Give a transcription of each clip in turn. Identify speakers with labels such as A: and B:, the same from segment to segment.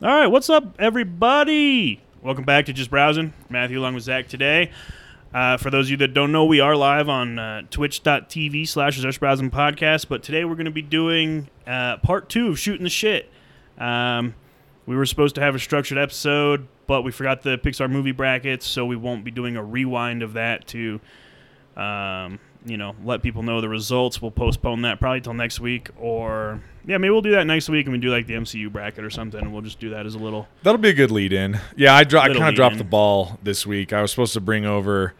A: All right, what's up, everybody? Welcome back to Just Browsing. Matthew along with Zach today. Uh, for those of you that don't know, we are live on uh, twitch.tv slash Just Browsing Podcast, but today we're going to be doing uh, part two of Shooting the Shit. Um, we were supposed to have a structured episode, but we forgot the Pixar movie brackets, so we won't be doing a rewind of that to, um, you know, let people know the results. We'll postpone that probably till next week, or yeah, maybe we'll do that next week and we do like the MCU bracket or something, and we'll just do that as a little.
B: That'll be a good lead in. Yeah, I, dro- I
A: Little
B: kind of dropped
A: lead-in.
B: the ball this week. I was supposed to bring over.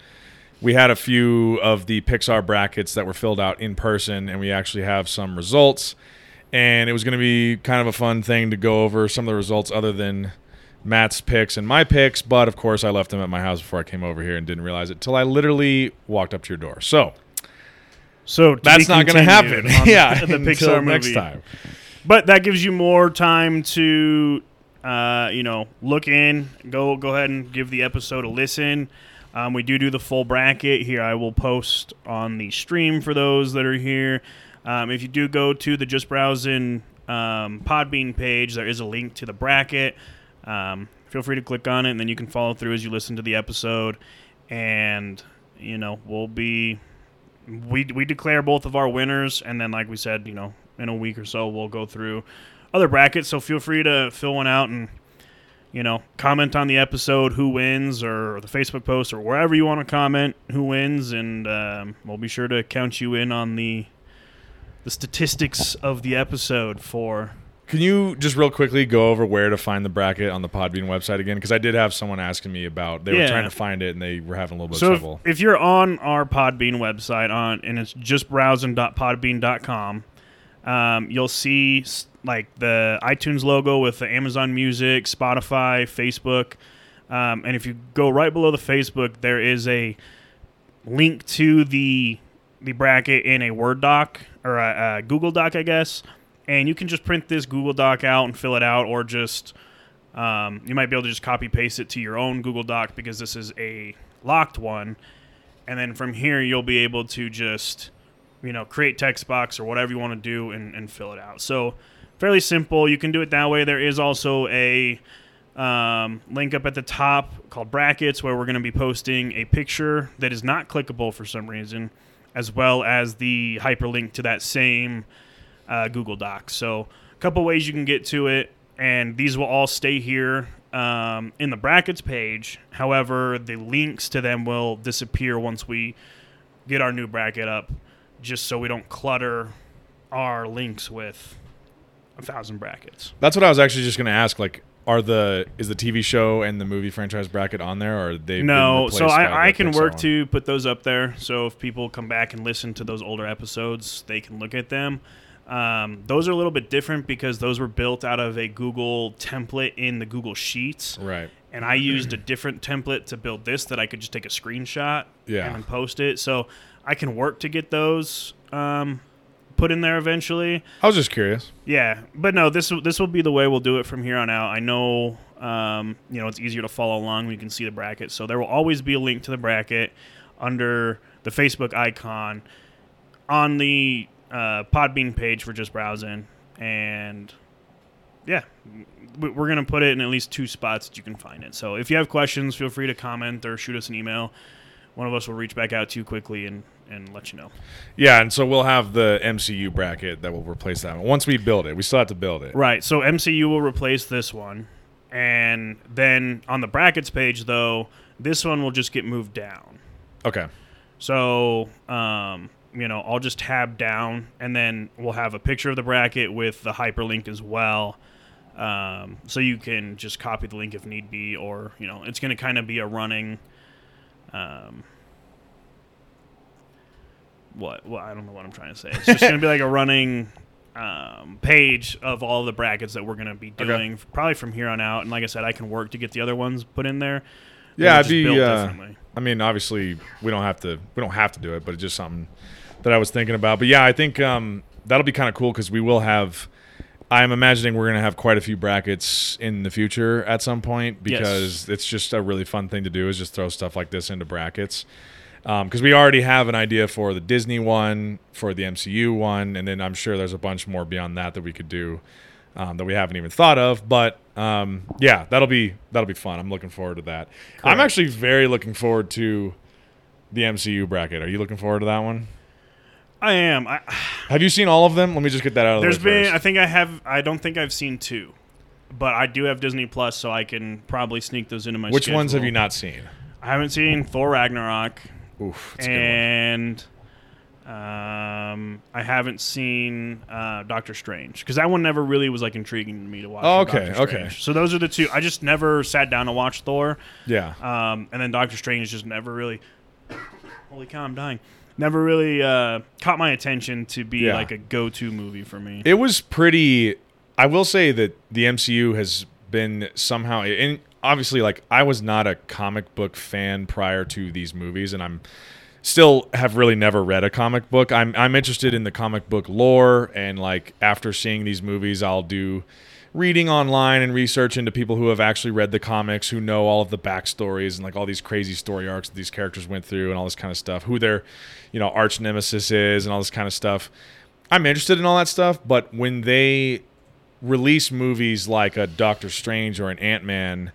B: We had a few of the Pixar brackets that were filled out in person, and we actually have some results. And it was going to be kind of a fun thing to go over some of the results other than Matt's picks and my picks. But of course, I left them at my house before I came over here and didn't realize it till I literally walked up to your door. So
A: So to
B: that's
A: be
B: not going to happen.
A: continued on the-
B: yeah,
A: the
B: until
A: Pixar movie.
B: next time.
A: But that gives you more time to, uh, you know, look in. Go go ahead and give the episode a listen. Um, we do do the full bracket here. I will post on the stream for those that are here. Um, if you do go to the Just Browsing um, Podbean page, there is a link to the bracket. Um, feel free to click on it, and then you can follow through as you listen to the episode. And you know, we'll be we we declare both of our winners, and then like we said, you know, in a week or so we'll go through other brackets. So feel free to fill one out and you know comment on the episode, who wins, or the Facebook post, or wherever you want to comment who wins, and um, we'll be sure to count you in on the the statistics of the episode for.
B: Can you just real quickly go over where to find the bracket on the Podbean website again? Because I did have someone asking me about they
A: Yeah.
B: were trying to find it and they were having a little bit
A: So
B: of
A: if,
B: trouble.
A: if you're on our Podbean website on and it's just browsing.podbean.com, um, you'll see s- like the iTunes logo with the Amazon Music, Spotify, Facebook, um, and if you go right below the Facebook, there is a link to the the bracket in a Word doc or a, a Google Doc, I guess, and you can just print this Google Doc out and fill it out, or just um, you might be able to just copy paste it to your own Google Doc because this is a locked one. And then from here, you'll be able to just, you know, create text box or whatever you want to do and, and fill it out. So fairly simple. You can do it that way. There is also a um, link up at the top called brackets where we're going to be posting a picture that is not clickable for some reason, as well as the hyperlink to that same uh, Google Docs. So a couple ways you can get to it, and these will all stay here um, in the brackets page. However, the links to them will disappear once we get our new bracket up, just so we don't clutter our links with a thousand brackets.
B: That's what I was actually just going to ask. Like, are the is the TV show and the movie franchise bracket on there, or are they?
A: No, so I, I can work to put those up there. So if people come back and listen to those older episodes, they can look at them. Um, those are a little bit different because those were built out of a Google template in the Google Sheets,
B: right.
A: and I used a different template to build this that I could just take a screenshot
B: Yeah.
A: and then post it. So I can work to get those um, put in there eventually.
B: I was just curious.
A: Yeah, but no, this this will be the way we'll do it from here on out. I know, um, you know, it's easier to follow along when you can see the bracket. So there will always be a link to the bracket under the Facebook icon on the uh, Podbean page for just browsing, and yeah, we- we're gonna put it in at least two spots that you can find it. So if you have questions, feel free to comment or shoot us an email. One of us will reach back out to you quickly and and let you know.
B: Yeah, and so we'll have the MCU bracket that will replace that one once we build it. We still have to build it.
A: Right. So MCU will replace this one. And then on the brackets page, though, this one will just get moved down.
B: Okay.
A: So, um, you know, I'll just tab down and then we'll have a picture of the bracket with the hyperlink as well. Um, so you can just copy the link if need be, or, you know, it's going to kind of be a running. Um, what? Well, I don't know what I'm trying to say. It's just going to be like a running um, page of all the brackets that we're going to be
B: Okay.
A: doing probably from here on out. And like I said, I can work to get the other ones put in there. They're
B: Yeah, I'd
A: just
B: be.
A: built
B: Uh,
A: differently.
B: I mean, obviously, we don't have to. We don't have to do it, but it's just something that I was thinking about. But yeah, I think um, that'll be kind of cool because we will have. I'm imagining we're gonna have quite a few brackets in the future at some point
A: Yes.
B: because it's just a really fun thing to do is just throw stuff like this into brackets. Because we already have an idea for the Disney one, for the MCU one, and then I'm sure there's a bunch more beyond that that we could do um, that we haven't even thought of. But um, yeah, that'll be that'll be fun. I'm looking forward to that. I'm
A: Correct.
B: actually very looking forward to the MCU bracket. Are you looking forward to that one?
A: I am. I,
B: Have you seen all of them? Let me just get that out of
A: there's
B: the way.
A: been.
B: first.
A: I think I have. I don't think I've seen two, but I do have Disney Plus, so I can probably sneak those into my.
B: Which ones have
A: schedule.
B: you not seen?
A: I haven't seen Thor Ragnarok,
B: Oof, it's
A: and um, I haven't seen uh, Doctor Strange because that one never really was like intriguing to me to watch.
B: Oh,
A: for
B: okay,
A: Doctor
B: okay.
A: Strange. So those are the two. I just never sat down to watch Thor,
B: a good one. Yeah.
A: um, and then Doctor Strange just never really. Holy cow! I'm dying. Never really uh, caught my attention to be
B: Yeah.
A: like a go-to movie for me.
B: It was pretty. I will say that the MCU has been somehow, and obviously, like I was not a comic book fan prior to these movies, and I'm still have really never read a comic book. I'm I'm interested in the comic book lore, and like after seeing these movies, I'll do reading online and research into people who have actually read the comics, who know all of the backstories and like all these crazy story arcs that these characters went through, and all this kind of stuff. Who their, you know, arch nemesis is, and all this kind of stuff. I'm interested in all that stuff, but when they release movies like a Doctor Strange or an Ant Man,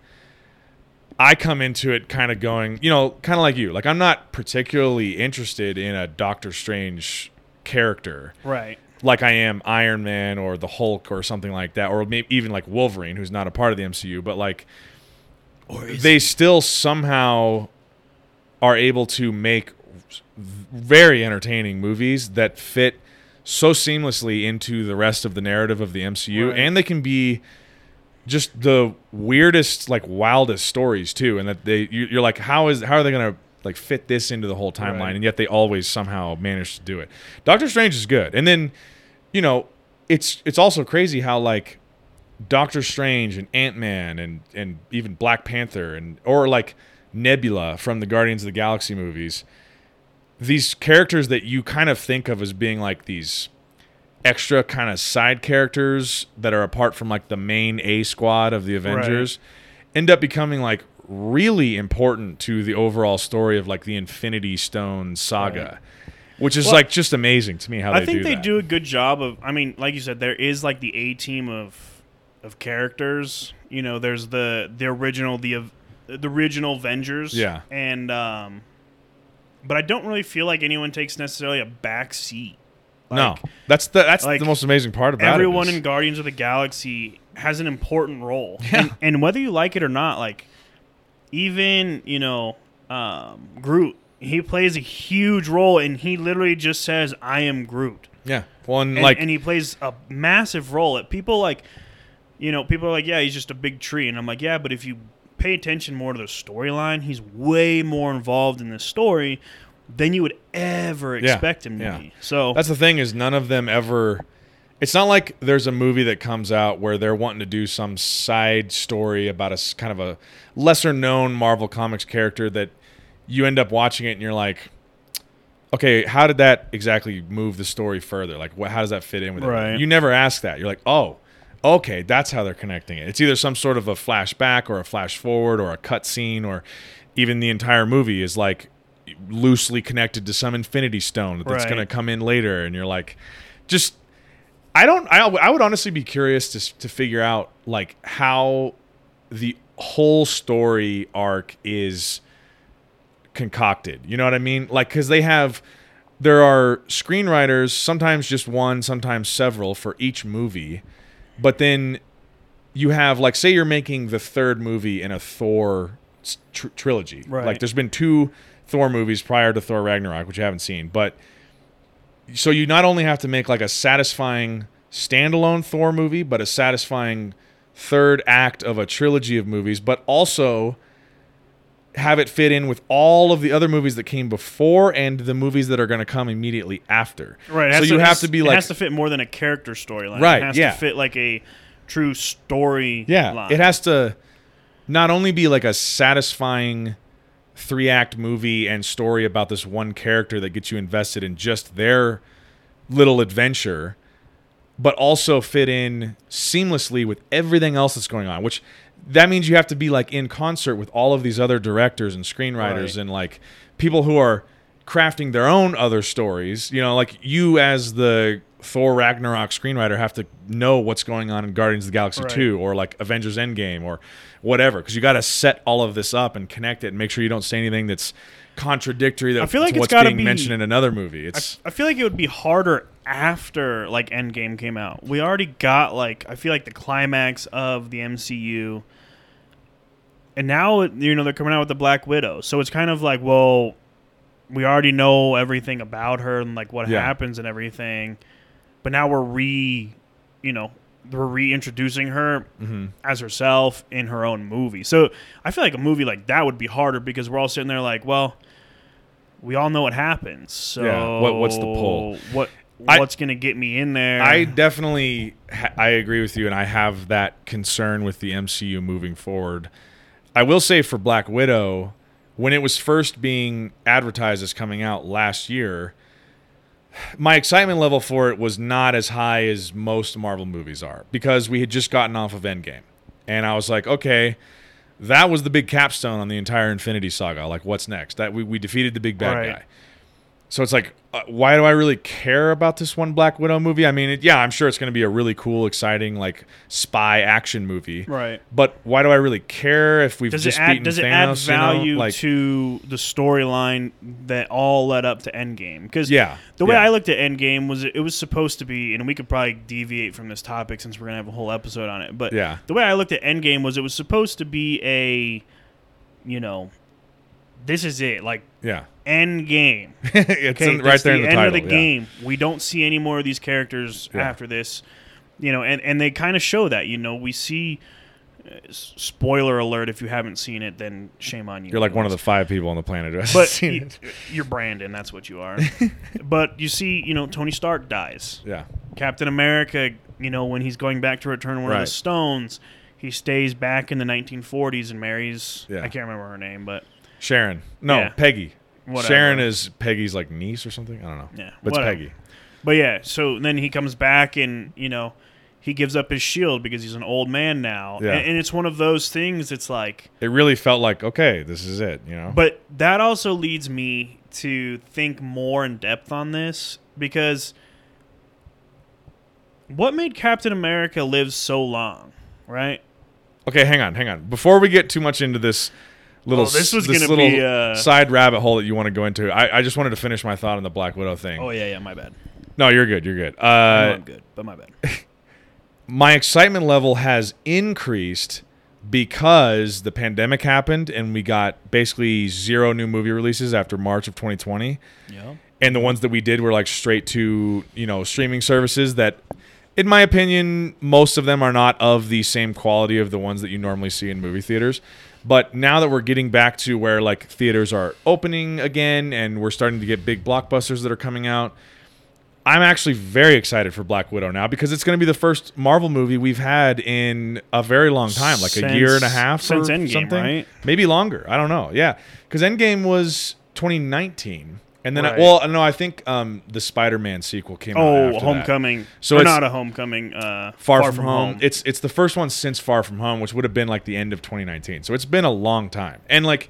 B: I come into it kind of going, you know, kind of like you. Like I'm not particularly interested in a Doctor Strange character
A: Right.
B: like I am Iron Man or the Hulk or something like that, or maybe even like Wolverine, who's not a part of the MCU, but like they still somehow are able to make v- very entertaining movies that fit so seamlessly into the rest of the narrative of the MCU,
A: Right.
B: and they can be just the weirdest, like wildest stories too. And that they you, you're like, how is how are they gonna like fit this into the whole timeline?
A: Right.
B: And yet they always somehow manage to do it. Doctor Strange is good, and then you know it's it's also crazy how like Doctor Strange and Ant Man and and even Black Panther and or like Nebula from the Guardians of the Galaxy movies. These characters that you kind of think of as being like these extra kind of side characters that are apart from like the main A squad of the Avengers end up becoming like really important to the overall story of like the Infinity Stone saga, which is
A: Well,
B: like just amazing to me how
A: I
B: they
A: think
B: do
A: they
B: that.
A: do a good job of. I mean, like you said, there is like the A team of of characters. You know, there's the the original the av- the original Avengers.
B: Yeah.
A: and um, but I don't really feel like anyone takes necessarily a back seat.
B: no,
A: Like,
B: that's the that's
A: like,
B: the most amazing part about
A: everyone
B: it.
A: in
B: is-
A: Guardians of the Galaxy has an important role,
B: Yeah.
A: and, and whether you like it or not, like even you know um, Groot, he plays a huge role, and he literally just says, "I am Groot."
B: yeah, one
A: and,
B: like
A: and he plays a massive role. It people like, you know, people are like, yeah, he's just a big tree, and I'm like, yeah, but if you pay attention more to the storyline, he's way more involved in this story than you would ever
B: Yeah,
A: expect him to
B: yeah.
A: be. So
B: That's the thing is none of them ever. It's not like there's a movie that comes out where they're wanting to do some side story about a s- kind of a lesser known Marvel Comics character that you end up watching it and you're like, okay, how did that exactly move the story further? Like, what, how does that fit in with
A: Right.
B: it? You never ask that. You're like, oh, okay, that's how they're connecting it. It's either some sort of a flashback or a flash forward or a cut scene or even the entire movie is like loosely connected to some Infinity Stone that's
A: Right.
B: going to come in later, and you're like, just I don't. I, I would honestly be curious to s- to figure out like how the whole story arc is concocted. You know what I mean? Like, because they have, there are screenwriters, sometimes just one, sometimes several for each movie. But then you have, like, say you're making the third movie in a Thor s- tr- trilogy.
A: Right.
B: Like, there's been two Thor movies prior to Thor Ragnarok, which I haven't seen. But so you not only have to make, like, a satisfying standalone Thor movie, but a satisfying third act of a trilogy of movies, but also have it fit in with all of the other movies that came before and the movies that are going to come immediately after.
A: right, it
B: So
A: has
B: you
A: it
B: have
A: has-
B: to be
A: it
B: like
A: has to fit more than a character storyline.
B: Right,
A: it has
B: yeah.
A: to fit like a true story.
B: Yeah,
A: line.
B: it has to not only be like a satisfying three act movie and story about this one character that gets you invested in just their little adventure, but also fit in seamlessly with everything else that's going on, which that means you have to be like in concert with all of these other directors and screenwriters
A: Right.
B: and like people who are crafting their own other stories. You know, like you as the Thor Ragnarok screenwriter have to know what's going on in Guardians of the Galaxy
A: Right.
B: 2 or like Avengers Endgame or whatever because you got to set all of this up and connect it and make sure you don't say anything that's contradictory that
A: I feel like
B: to
A: it's
B: what's
A: gotta
B: being
A: be-
B: mentioned in another movie. It's
A: I feel like it would be harder after like Endgame came out. We already got like I feel like the climax of the MCU, and now you know they're coming out with the Black Widow, so it's kind of like well, we already know everything about her and like what
B: Yeah.
A: happens and everything, but now we're re, you know, we're reintroducing her
B: mhm.
A: as herself in her own movie. So I feel like a movie like that would be harder because we're all sitting there like, well, we all know what happens. So
B: Yeah, what- what's the pull?
A: What
B: I-
A: what's gonna get me in there?
B: I definitely ha- I agree with you, and I have that concern with the MCU moving forward. I will say for Black Widow, when it was first being advertised as coming out last year, my excitement level for it was not as high as most Marvel movies are because we had just gotten off of Endgame, and I was like, okay. That was the big capstone on the entire Infinity Saga. Like, what's next? That we, we defeated the big bad
A: Right.
B: guy. So it's like, uh, why do I really care about this one Black Widow movie? I mean, it, yeah, I'm sure it's going to be a really cool, exciting, like spy action movie.
A: right.
B: But why do I really care if we've
A: Does it
B: just
A: add
B: beaten
A: does it add
B: Thanos? you know?
A: value
B: Like,
A: to the storyline that all led up to Endgame? Because
B: yeah,
A: The way
B: yeah.
A: I looked at Endgame was it it was supposed to be, and we could probably deviate from this topic since we're gonna have a whole episode on it. But
B: Yeah.
A: the way I looked at Endgame was it was supposed to be a, you know, this is it, like
B: yeah,
A: Endgame.
B: it's
A: Okay,
B: in- right
A: that's
B: there in the
A: end
B: title.
A: of the
B: yeah.
A: game. We don't see any more of these characters
B: Yeah.
A: after this, you know, and and they kind of show that. You know, we see. uh, s- Spoiler alert! If you haven't seen it, then shame on you.
B: You're like one of the five people on the planet who hasn't
A: But
B: seen
A: y-
B: it.
A: you're Brandon. That's what you are. but you see, you know, Tony Stark dies.
B: Yeah,
A: Captain America, you know, when he's going back to return one of
B: Right.
A: the stones, he stays back in the 1940s and marries.
B: Yeah.
A: I can't remember her name, but
B: Sharon. No,
A: Yeah.
B: Peggy.
A: Whatever.
B: Sharon is Peggy's like niece or something. I don't know.
A: Yeah,
B: but it's
A: whatever.
B: Peggy.
A: but yeah. So then he comes back and you know he gives up his shield because he's an old man now,
B: Yeah.
A: and, and it's one of those things. It's like,
B: It really felt like okay, this is it. You know.
A: but that also leads me to think more in depth on this because what made Captain America live so long, right?
B: Okay, hang on, hang on. Before we get too much into this little,
A: Oh, this was gonna
B: little
A: be, uh,
B: side rabbit hole that you want to go into, I, I just wanted to finish my thought on the Black Widow thing.
A: Oh yeah, yeah. My bad.
B: No, you're good, you're good.
A: No,
B: Uh,
A: I'm good, but my bad.
B: my excitement level has increased because the pandemic happened and we got basically zero new movie releases after March of 2020.
A: yeah.
B: and the ones that we did were like straight to you know streaming services that in my opinion most of them are not of the same quality of the ones that you normally see in movie theaters but now that we're getting back to where like theaters are opening again and we're starting to get big blockbusters that are coming out i'm actually very excited for black widow now because it's going to be the first marvel movie we've had in a very long time like a year and a
A: Since-
B: half
A: since
B: or
A: Endgame,
B: something
A: right?
B: maybe longer. I don't know. Yeah, because Endgame was 2019, and then I,
A: Right.
B: well, no, I think um, the Spider-Man sequel came out.
A: Oh,
B: after that.
A: Homecoming.
B: So
A: So
B: it's-
A: not a Homecoming. Uh,
B: Far, from, home. It's it's the first one since Far from Home, which would have been like the end of 2019. So it's been a long time, and like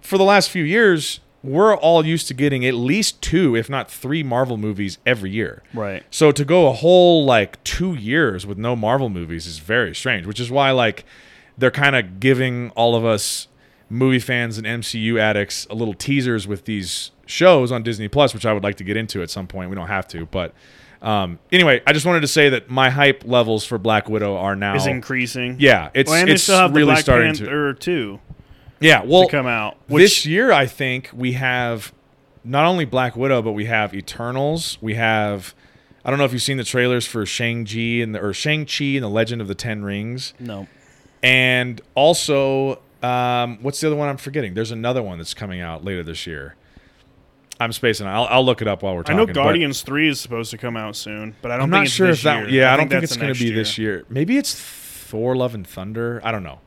B: for the last few years, we're all used to getting at least two, if not three, Marvel movies every year.
A: right.
B: So to go a whole like two years with no Marvel movies is very strange, which is why like they're kind of giving all of us movie fans and MCU addicts a little teasers with these shows on Disney Plus, which I would like to get into at some point. We don't have to, but um, anyway, I just wanted to say that my hype levels for Black Widow are now
A: Is increasing.
B: Oh. yeah, it's
A: Well, and
B: it's
A: they still have
B: really
A: the Black
B: starting to
A: Panther two
B: yeah. Well,
A: to come out.
B: this
A: Which
B: year I think we have not only Black Widow, but we have Eternals. We have I don't know if you've seen the trailers for Shang Chi and the or Shang Chi and the Legend of the Ten Rings,
A: no.
B: and also um, what's the other one I'm forgetting? There's another one that's coming out later this year. I'm spacing. out. I'll, I'll look it up while we're
A: I
B: talking.
A: know
B: but
A: Guardians three is supposed to come out soon, but I don't.
B: I'm
A: think
B: not
A: it's
B: sure
A: this
B: if that.
A: year.
B: Yeah, I don't think
A: that's
B: it's
A: the
B: going
A: next
B: to be this year. Maybe it's Thor: Love and Thunder. I don't know.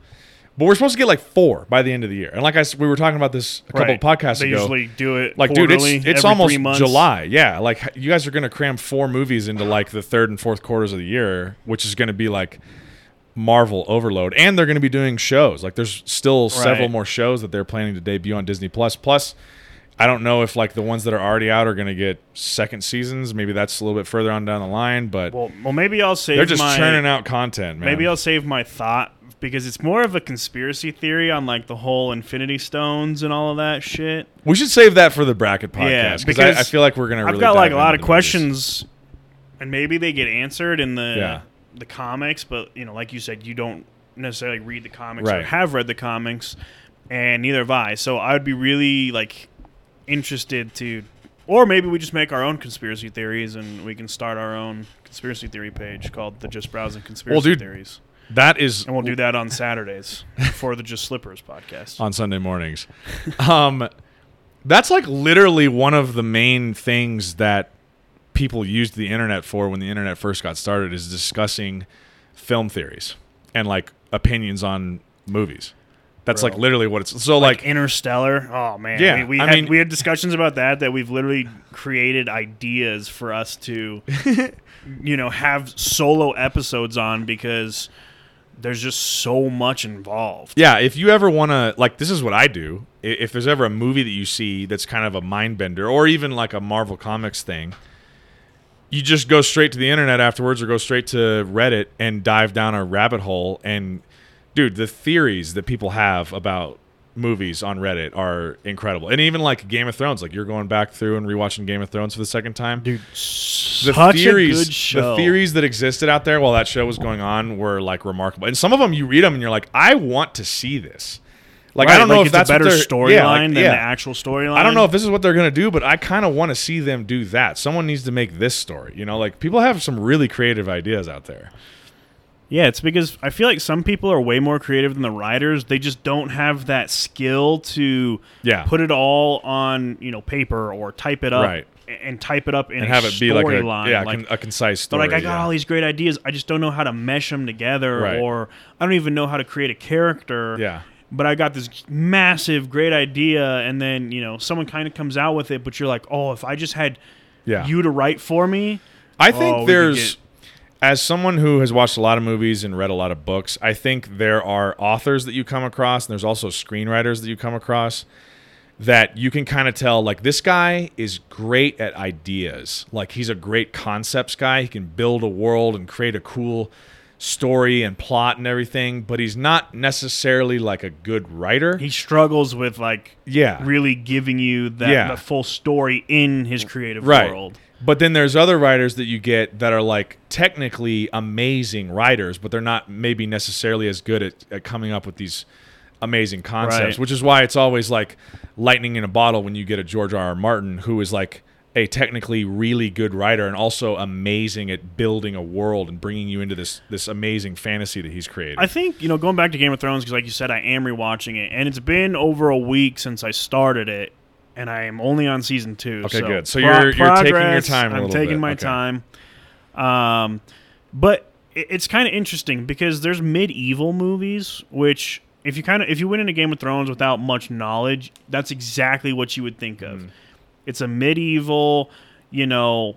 B: But we're supposed to get like four by the end of the year. And like I, s- we were talking about this a couple
A: Right.
B: of podcasts
A: They
B: ago.
A: usually do it
B: like dude it's,
A: quarterly,
B: it's
A: every
B: almost
A: three months.
B: july yeah like h- you guys are gonna cram four movies into like the third and fourth quarters of the year which is gonna be like marvel overload and they're gonna be doing shows like there's still several
A: Right.
B: more shows that they're planning to debut on disney plus plus I don't know if like the ones that are already out are going to get second seasons. Maybe that's a little bit further on down the line, but
A: Well, well, maybe I'll save.
B: they're just
A: my,
B: churning out content, man.
A: Maybe I'll save my thought because it's more of a conspiracy theory on like the whole Infinity Stones and all of that shit.
B: we should save that for the bracket podcast
A: Yeah,
B: I,
A: because
B: I feel like we're going to.
A: I've got like a lot of questions, and maybe they get answered in the
B: Yeah.
A: the comics. But you know, like you said, you don't necessarily read the comics or
B: Right.
A: have read the comics, and neither have I. So I would be really like interested to, or maybe we just make our own conspiracy theories and we can start our own conspiracy theory page called the Just Browsing Conspiracy
B: dude,
A: Theories,
B: That is
A: and we'll do that on Saturdays for the Just Slippers podcast.
B: on Sunday mornings. um, that's like literally one of the main things that people used the internet for when the internet first got started is discussing film theories and like opinions on movies. That's
A: Bro.
B: like literally what it's so like,
A: Interstellar. Oh man,
B: Yeah,
A: We, we
B: I
A: had
B: mean-
A: we had discussions about that that we've literally created ideas for us to, you know, have solo episodes on because there's just so much involved.
B: yeah, if you ever want to like this is what I do. I- If there's ever a movie that you see that's kind of a mind bender or even like a Marvel Comics thing, you just go straight to the internet afterwards or go straight to Reddit and dive down a rabbit hole. And dude, the theories that people have about movies on Reddit are incredible. And even like Game of Thrones, like you're going back through and rewatching Game of Thrones for the second time.
A: Dude,
B: the
A: such
B: theories,
A: a good show.
B: the theories that existed out there while that show was going on were like remarkable. And some of them you read them and you're like, I want to see this. Like
A: Right,
B: I don't know
A: like
B: if
A: it's
B: that's
A: a
B: what
A: better
B: they're-
A: storyline
B: yeah, like,
A: than
B: yeah.
A: the actual storyline.
B: I don't know if this is what they're gonna do, but I kind of want to see them do that. Someone needs to make this story. You know, like people have some really creative ideas out there.
A: Yeah, it's because I feel like some people are way more creative than the writers. They just don't have that skill to
B: Yeah.
A: put it all on you know paper or type it up
B: Right.
A: a- and type it up in
B: and
A: a
B: have it be like a
A: storyline.
B: yeah,
A: like,
B: con- a concise
A: they're
B: story.
A: like, I got
B: yeah.
A: all these great ideas. I just don't know how to mesh them together,
B: Right.
A: or I don't even know how to create a character.
B: Yeah.
A: But I got this massive, great idea, and then you know someone kind of comes out with it, but you're like, oh, if I just had
B: Yeah.
A: you to write for me,
B: I
A: Oh, we
B: think
A: could
B: there's,
A: get-
B: as someone who has watched a lot of movies and read a lot of books, I think there are authors that you come across, and there's also screenwriters that you come across that you can kind of tell like this guy is great at ideas. Like he's a great concepts guy. He can build a world and create a cool story and plot and everything, but he's not necessarily like a good writer.
A: he struggles with like
B: yeah.
A: really giving you that
B: Yeah.
A: the full story in his creative
B: right.
A: world.
B: But then there's other writers that you get that are like technically amazing writers, but they're not maybe necessarily as good at, at coming up with these amazing concepts,
A: Right.
B: which is why it's always like lightning in a bottle when you get a George R. R. Martin who is like a technically really good writer and also amazing at building a world and bringing you into this this amazing fantasy that he's created.
A: I think you know going back to Game of Thrones because, like you said, I am rewatching it, and it's been over a week since I started it, and I am only on season two.
B: Okay,
A: so
B: good. So
A: pro-
B: you're- you're taking your
A: progress,
B: time a
A: I'm
B: little
A: taking
B: bit.
A: my
B: Okay.
A: time. Um, but it, it's kind of interesting because there's medieval movies, which if you kind of if you went into Game of Thrones without much knowledge, that's exactly what you would think
B: Mm-hmm.
A: of. It's a medieval, you know,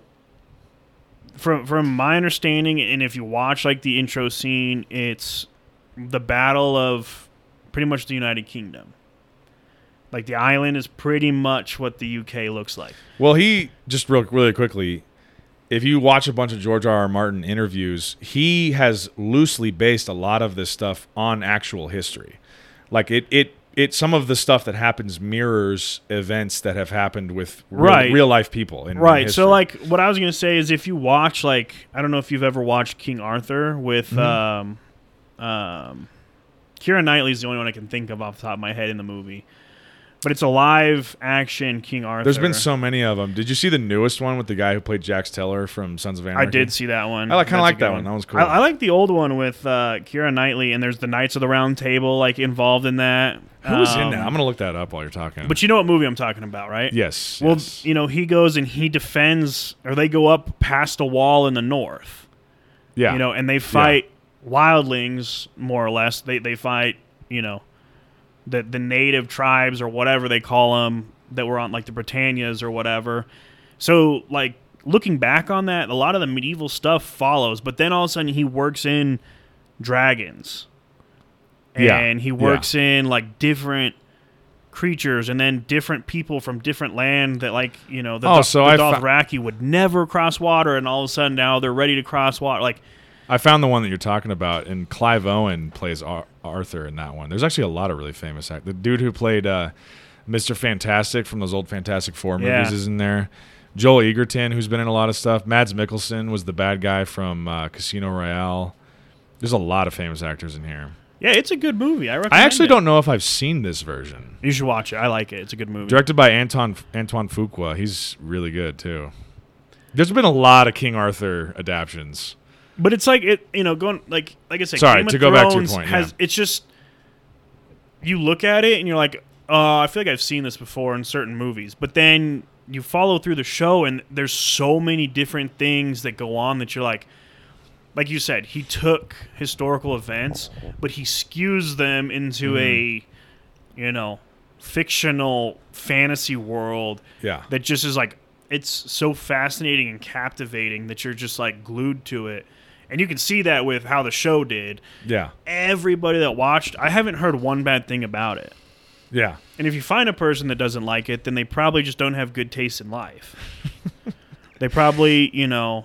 A: from from my understanding, and if you watch like the intro scene, it's the battle of pretty much the United Kingdom. Like the island is pretty much what the UK looks like.
B: Well, he just real really quickly. If you watch a bunch of George R. R. Martin interviews, he has loosely based a lot of this stuff on actual history. Like it, it, it. Some of the stuff that happens mirrors events that have happened with real,
A: Right.
B: real life people. In, in
A: Right. So
B: history.
A: like what I was going to say is if you watch like I don't know if you've ever watched King Arthur with
B: Mm-hmm.
A: um um Kira Knightley's the only one I can think of off the top of my head in the movie. But it's a live action King Arthur.
B: there's been so many of them. Did you see the newest one with the guy who played Jax Teller from Sons of
A: I
B: Anarchy?
A: did see that one.
B: I like- kinda
A: That's a
B: like that
A: good
B: one. That one's cool.
A: I, I like the old one with uh, Kira Knightley, and there's the Knights of the Round Table like involved in that.
B: Who was in
A: Um,
B: that? I'm gonna look that up while you're talking.
A: But you know what movie I'm talking about, right?
B: yes,
A: Well,
B: yes.
A: you know, he goes and he defends, or they go up past a wall in the north,
B: yeah,
A: you know, and they fight wildlings more or less. They they fight, you know, the the native tribes or whatever they call them that were on like the Britannias or whatever. So like looking back on that, a lot of the medieval stuff follows, but then all of a sudden he works in dragons,
B: Yeah,
A: and he
B: yeah.
A: works in like different creatures and then different people from different land that like you know the,
B: Oh,
A: Dothraki
B: so
A: the
B: I fo-
A: Dothraki would never cross water and all of a sudden now they're ready to cross water like
B: I found the one that you're talking about, and Clive Owen plays Ar- Arthur in that one. There's actually a lot of really famous act. The dude who played uh, Mr. Fantastic from those old Fantastic Four movies
A: Yeah.
B: is in there. Joel Egerton, who's been in a lot of stuff. Mads Mikkelsen was the bad guy from uh, Casino Royale. There's a lot of famous actors in here.
A: yeah it's a good movie I recommend
B: I actually
A: it.
B: don't know if I've seen this version.
A: you should watch it I like it it's a good movie
B: Directed by Anton Antoine Fuqua. He's really good too. There's been a lot of King Arthur adaptions.
A: But it's like it, you know, going like like I said.
B: Sorry,
A: Game of
B: to go back to your
A: Thrones
B: point,
A: Has
B: yeah.
A: it's just you look at it and you're like, uh, I feel like I've seen this before in certain movies. But then you follow through the show and there's so many different things that go on that you're like, like you said, he took historical events, but he skews them into
B: Mm-hmm.
A: a, you know, fictional fantasy world
B: Yeah.
A: that just is like it's so fascinating and captivating that you're just like glued to it and you can see that with how the show did
B: Yeah.
A: everybody that watched i haven't heard one bad thing about it
B: Yeah.
A: and if you find a person that doesn't like it then they probably just don't have good taste in life they probably you know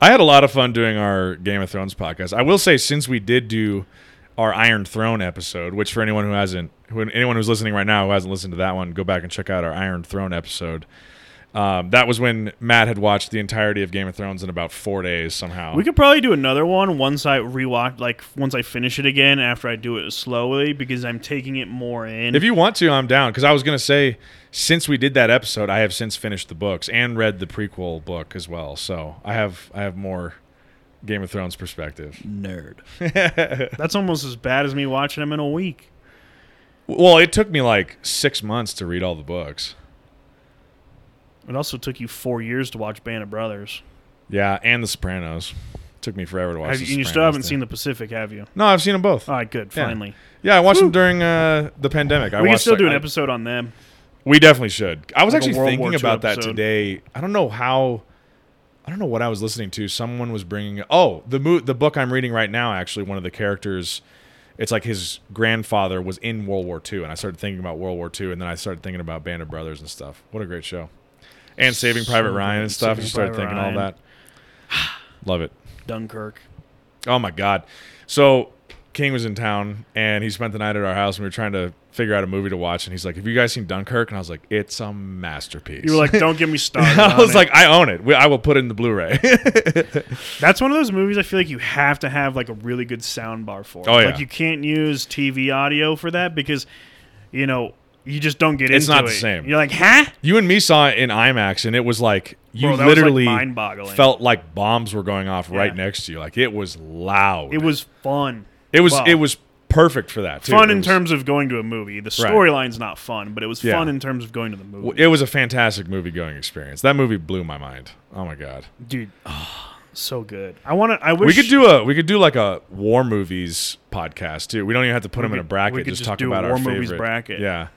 B: I had a lot of fun doing our Game of Thrones podcast. I will say, since we did do our Iron Throne episode, which for anyone who hasn't, who anyone who's listening right now who hasn't listened to that one, go back and check out our Iron Throne episode. Um, that was when Matt had watched the entirety of Game of Thrones in about four days somehow.
A: we could probably do another one once i rewatch like once i finish it again after i do it slowly because i'm taking it more in
B: if you want to, I'm down because I was going to say since we did that episode, I have since finished the books and read the prequel book as well. So I have I have more Game of Thrones perspective.
A: nerd that's almost as bad as me watching them in a week
B: Well, it took me like six months to read all the books.
A: It also took you four years to watch Band of Brothers.
B: Yeah, and The Sopranos. Took me forever to watch.
A: Have
B: the
A: you, and you still
B: Sopranos,
A: haven't
B: dude.
A: seen The Pacific, have you?
B: No, I've seen them both.
A: All right, good.
B: Yeah.
A: Finally,
B: yeah, I watched them during uh, the pandemic. I
A: we can
B: watched,
A: still do
B: like,
A: an
B: I-
A: episode on them.
B: We definitely should. I was
A: Like a
B: actually
A: World War
B: thinking
A: II
B: about that
A: episode.
B: today. I don't know how. I don't know what I was listening to. Someone was bringing. Oh, the mo- the book I'm reading right now. Actually, one of the characters. It's like his grandfather was in World War II, and I started thinking about World War II, and then I started thinking about Band of Brothers and stuff. What a great show! And Saving Private
A: So
B: Ryan and
A: good.
B: stuff.
A: Saving
B: Just started
A: Private
B: thinking all
A: Ryan.
B: that. Love it.
A: Dunkirk.
B: Oh my god. So King was in town and he spent the night at our house and we were trying to figure out a movie to watch and he's like, "Have you guys seen Dunkirk?" And I was like, "It's a masterpiece."
A: You were like, "Don't get me started."
B: I
A: on
B: was
A: it."
B: like, "I own it. We- I will put it in the Blu-ray."
A: "That's one of those movies. I feel like you have to have like a really good sound bar for.
B: Oh, yeah.
A: Like you can't use TV audio for that because, you know, you just don't get
B: It's
A: into
B: not the
A: it.
B: same.
A: You're like, huh?
B: you and me saw it in IMAX and it was like you
A: Bro, that was, like,
B: literally
A: mind-boggling.
B: felt like bombs were going off right
A: Yeah.
B: next to you. Like it was loud.
A: It was fun.
B: it was
A: well,
B: it was perfect for that too.
A: fun
B: It
A: in
B: was-
A: terms of going to a movie. The storyline's not fun, but it was
B: Yeah.
A: fun in terms of going to the movie.
B: it was a fantastic movie going experience. That movie blew my mind. Oh my god.
A: Dude, ah, so good. I want to. I wish
B: We could do a we could do like a war movies podcast too. We don't even have to put them in a
A: could-
B: bracket.
A: we could
B: just,
A: just
B: talk
A: do a
B: about our
A: war movies
B: favorite.
A: bracket.
B: Yeah,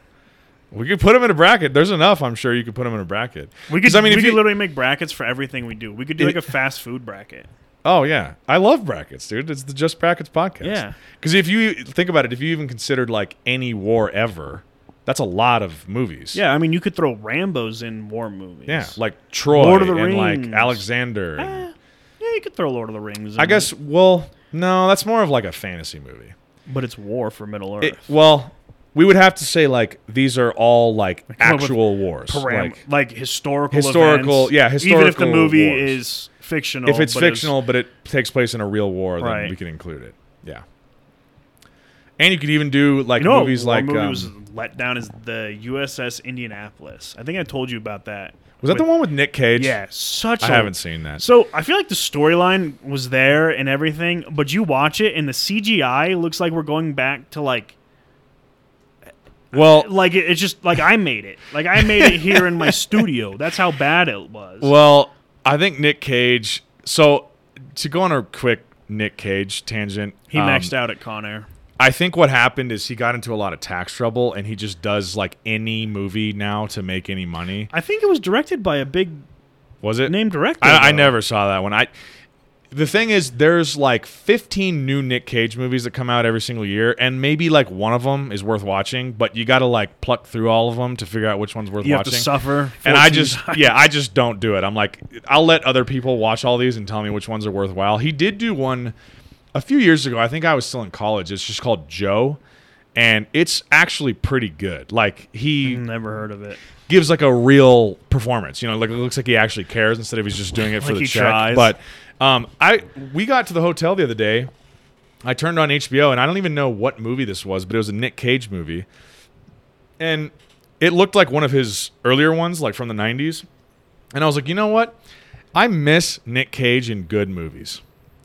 B: we could put them in a bracket. There's enough. I'm sure you could put them in a bracket.
A: We
B: 'Cause,
A: could.
B: I mean,
A: we
B: if
A: could
B: you,
A: literally make brackets for everything we do. We could do like a fast food bracket.
B: oh yeah, I love brackets, dude. It's the Just Brackets podcast.
A: Yeah.
B: Because if you think about it, if you even considered like any war ever, that's a lot of movies.
A: Yeah, I mean, you could throw Rambo's in war movies.
B: Yeah. Like Troy
A: Lord of the
B: and like
A: Rings.
B: Alexander. and-
A: Eh, yeah, you could throw Lord of the Rings. In
B: I guess. Well, no, that's more of like a fantasy movie.
A: but it's war for Middle Earth.
B: It- well, we would have to say like these are all like
A: come up with
B: actual wars.
A: Param- like,
B: Like
A: historical,
B: Historical-
A: events,
B: yeah,
A: Even if the
B: historical
A: movie
B: wars.
A: is fictional,
B: if it's
A: but
B: fictional, but it takes place in a real war, then
A: Right.
B: we can include it. Yeah. And you could even do like
A: you know,
B: movies
A: what war
B: like
A: movie
B: um,
A: was
B: was,
A: let down is the USS Indianapolis. I think I told you about that.
B: that the
A: With-
B: one with Nick Cage?
A: Yeah, such.
B: I
A: a-
B: haven't seen that.
A: So I feel like the storyline was there and everything, but you watch it and the CGI looks like we're going back to like
B: Well,
A: like it, it's just like I made it. Like I made it here in my studio. That's how bad it was.
B: well, I think Nick Cage. So to go on a quick Nick Cage tangent,
A: he
B: um,
A: maxed out at Con Air.
B: I think what happened is he got into a lot of tax trouble, and he just does like any movie now to make any money.
A: I think it was directed by a big
B: Was it
A: name director.
B: I, I
A: though.
B: never saw that one. I The thing is, there's like 15 new Nick Cage movies that come out every single year, and maybe like one of them is worth watching, but you got to like pluck through all of them to figure out which one's worth
A: You have to
B: watching.
A: suffer.
B: and I
A: 14
B: just,
A: times.
B: yeah, I just don't do it. I'm like, I'll let other people watch all these and tell me which ones are worthwhile. He did do one a few years ago. I think I was still in college. It's just called Joe, and it's actually pretty good. Like he
A: never heard of it.
B: gives like a real performance. You know, like it looks like he actually cares instead of he's just doing it for
A: Like
B: the
A: he
B: check.
A: tries.
B: But um, I we got to the hotel the other day. I turned on HBO and I don't even know what movie this was, but it was a Nick Cage movie, and it looked like one of his earlier ones, like from the '90s. And I was like, you know what? I miss Nick Cage in good movies.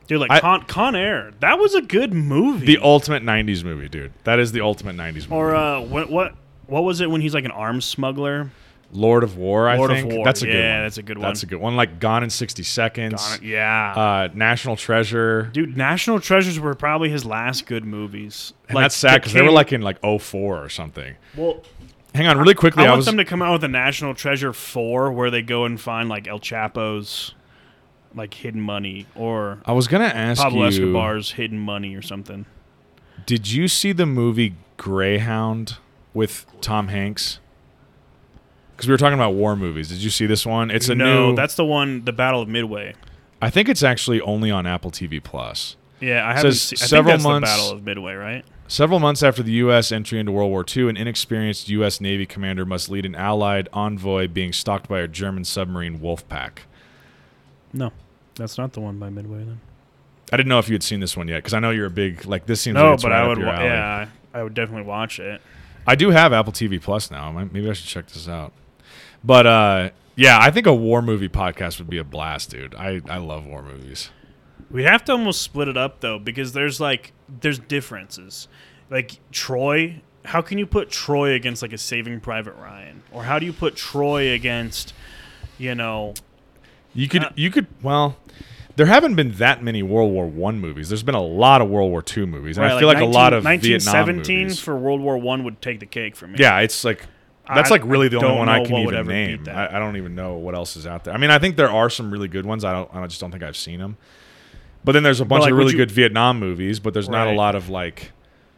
A: Dude, like
B: I-
A: Con, Con Air, that was a good movie.
B: The ultimate '90s movie, dude. That is the ultimate '90s movie.
A: or uh, what, what what was it when he's like an arms smuggler?
B: Lord of War, I
A: Lord of
B: think.
A: War.
B: That's a good
A: Yeah,
B: one.
A: that's a good
B: That's
A: one.
B: a good one. Like Gone in 60 Seconds.
A: Con- yeah,
B: uh, National Treasure.
A: dude, National Treasures were probably his last good movies.
B: and that's sad because they were
A: King-
B: like in like 04 or something.
A: well,
B: Hang on, really quickly.
A: I
B: I,
A: want
B: was
A: them to come out with a National Treasure Four, where they go and find like El Chapo's like hidden money or
B: I was gonna ask
A: Pablo
B: you.
A: Escobar's hidden money or something.
B: Did you see the movie Greyhound with Tom Hanks? Because we were talking about war movies. Did you see this one? It's a
A: no,
B: new.
A: that's the one, the Battle of Midway.
B: I think it's actually only on Apple TV Plus.
A: Yeah, I haven't.
B: Says
A: seen, I
B: several
A: think that's
B: months-
A: the Battle of Midway, right?
B: Several months after the U.S. entry into World War II, an inexperienced U.S. Navy commander must lead an Allied envoy being stalked by a German submarine wolf pack.
A: No, that's not the one by Midway then.
B: I didn't know if you had seen this one yet because I know you're a big like this seems like
A: No,
B: it's
A: but
B: right
A: I
B: up
A: would.
B: your
A: Wa-
B: alley.
A: yeah, I would definitely watch it.
B: I do have Apple TV Plus now. I might- Maybe I should check this out. But uh, yeah, I think a war movie podcast would be a blast, dude. I, I love war movies.
A: We'd have to almost split it up though, because there's like there's differences. Like Troy, how can you put Troy against like a Saving Private Ryan, or how do you put Troy against, you know,
B: You could
A: Uh,
B: you could well, there haven't been that many World War One movies. There's been a lot of World War Two movies, and
A: right,
B: I feel like, a lot of
A: 19-
B: Vietnam
A: 1917
B: movies.
A: for World War One would take the cake for me.
B: yeah, it's like that's
A: I-
B: like really the
A: I
B: only
A: don't
B: one I
A: know
B: can
A: what would
B: even
A: ever beat
B: name.
A: that.
B: I, I don't even know what else is out there. I mean, I think there are some really good ones. I don't. I just don't think I've seen them. But then there's a bunch
A: like,
B: of
A: would
B: really
A: you-
B: good Vietnam movies, but there's not a
A: Right.
B: lot of like.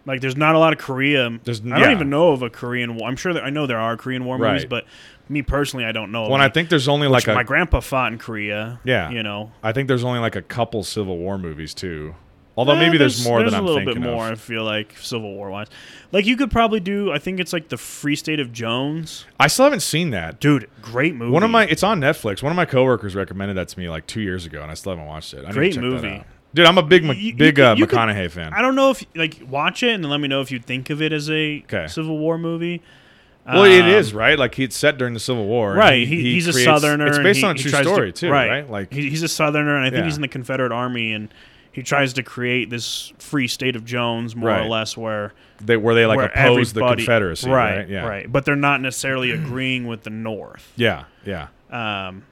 A: Like there's not a lot of Korea.
B: There's-
A: I don't
B: yeah.
A: even know of a Korean war. I'm sure that I know there are Korean war movies,
B: Right.
A: but me personally, I don't know. of
B: When I
A: any.
B: think there's only like a
A: my grandpa fought in Korea.
B: Yeah.
A: you know.
B: I think there's only like a couple Civil War movies too. Although
A: Eh,
B: maybe there's, more
A: there's
B: than I'm
A: a little
B: thinking
A: bit more.
B: of.
A: I feel like Civil War wise, like you could probably do. I think it's like the Free State of Jones,
B: I still haven't seen that.
A: dude. Great movie.
B: One of my it's on Netflix. One of my coworkers recommended that to me like two years ago, and I still haven't watched it. I need to
A: Great
B: check that
A: movie.
B: out. dude. I'm a big Mc-
A: You- you
B: big
A: could-
B: uh,
A: you could-
B: McConaughey fan.
A: I don't know if like watch it and then let me know if you think of it as a
B: 'Kay.
A: Civil War movie.
B: well, it is
A: Um,
B: right. Like he's set during the Civil War. and
A: right.
B: he-
A: he,
B: he
A: he's a
B: creates-
A: Southerner.
B: It's
A: and
B: based
A: he-
B: on a
A: he
B: true
A: tries to-
B: story too, right? Like
A: he, he's a Southerner, and I think
B: Yeah.
A: he's in the Confederate Army, and he tries to create this Free State of Jones, more
B: Right.
A: or less, where
B: they where they like
A: where
B: oppose the
A: everybody-
B: Confederacy, right? Yeah,
A: right. But they're not necessarily agreeing with the North.
B: yeah, yeah.
A: Um,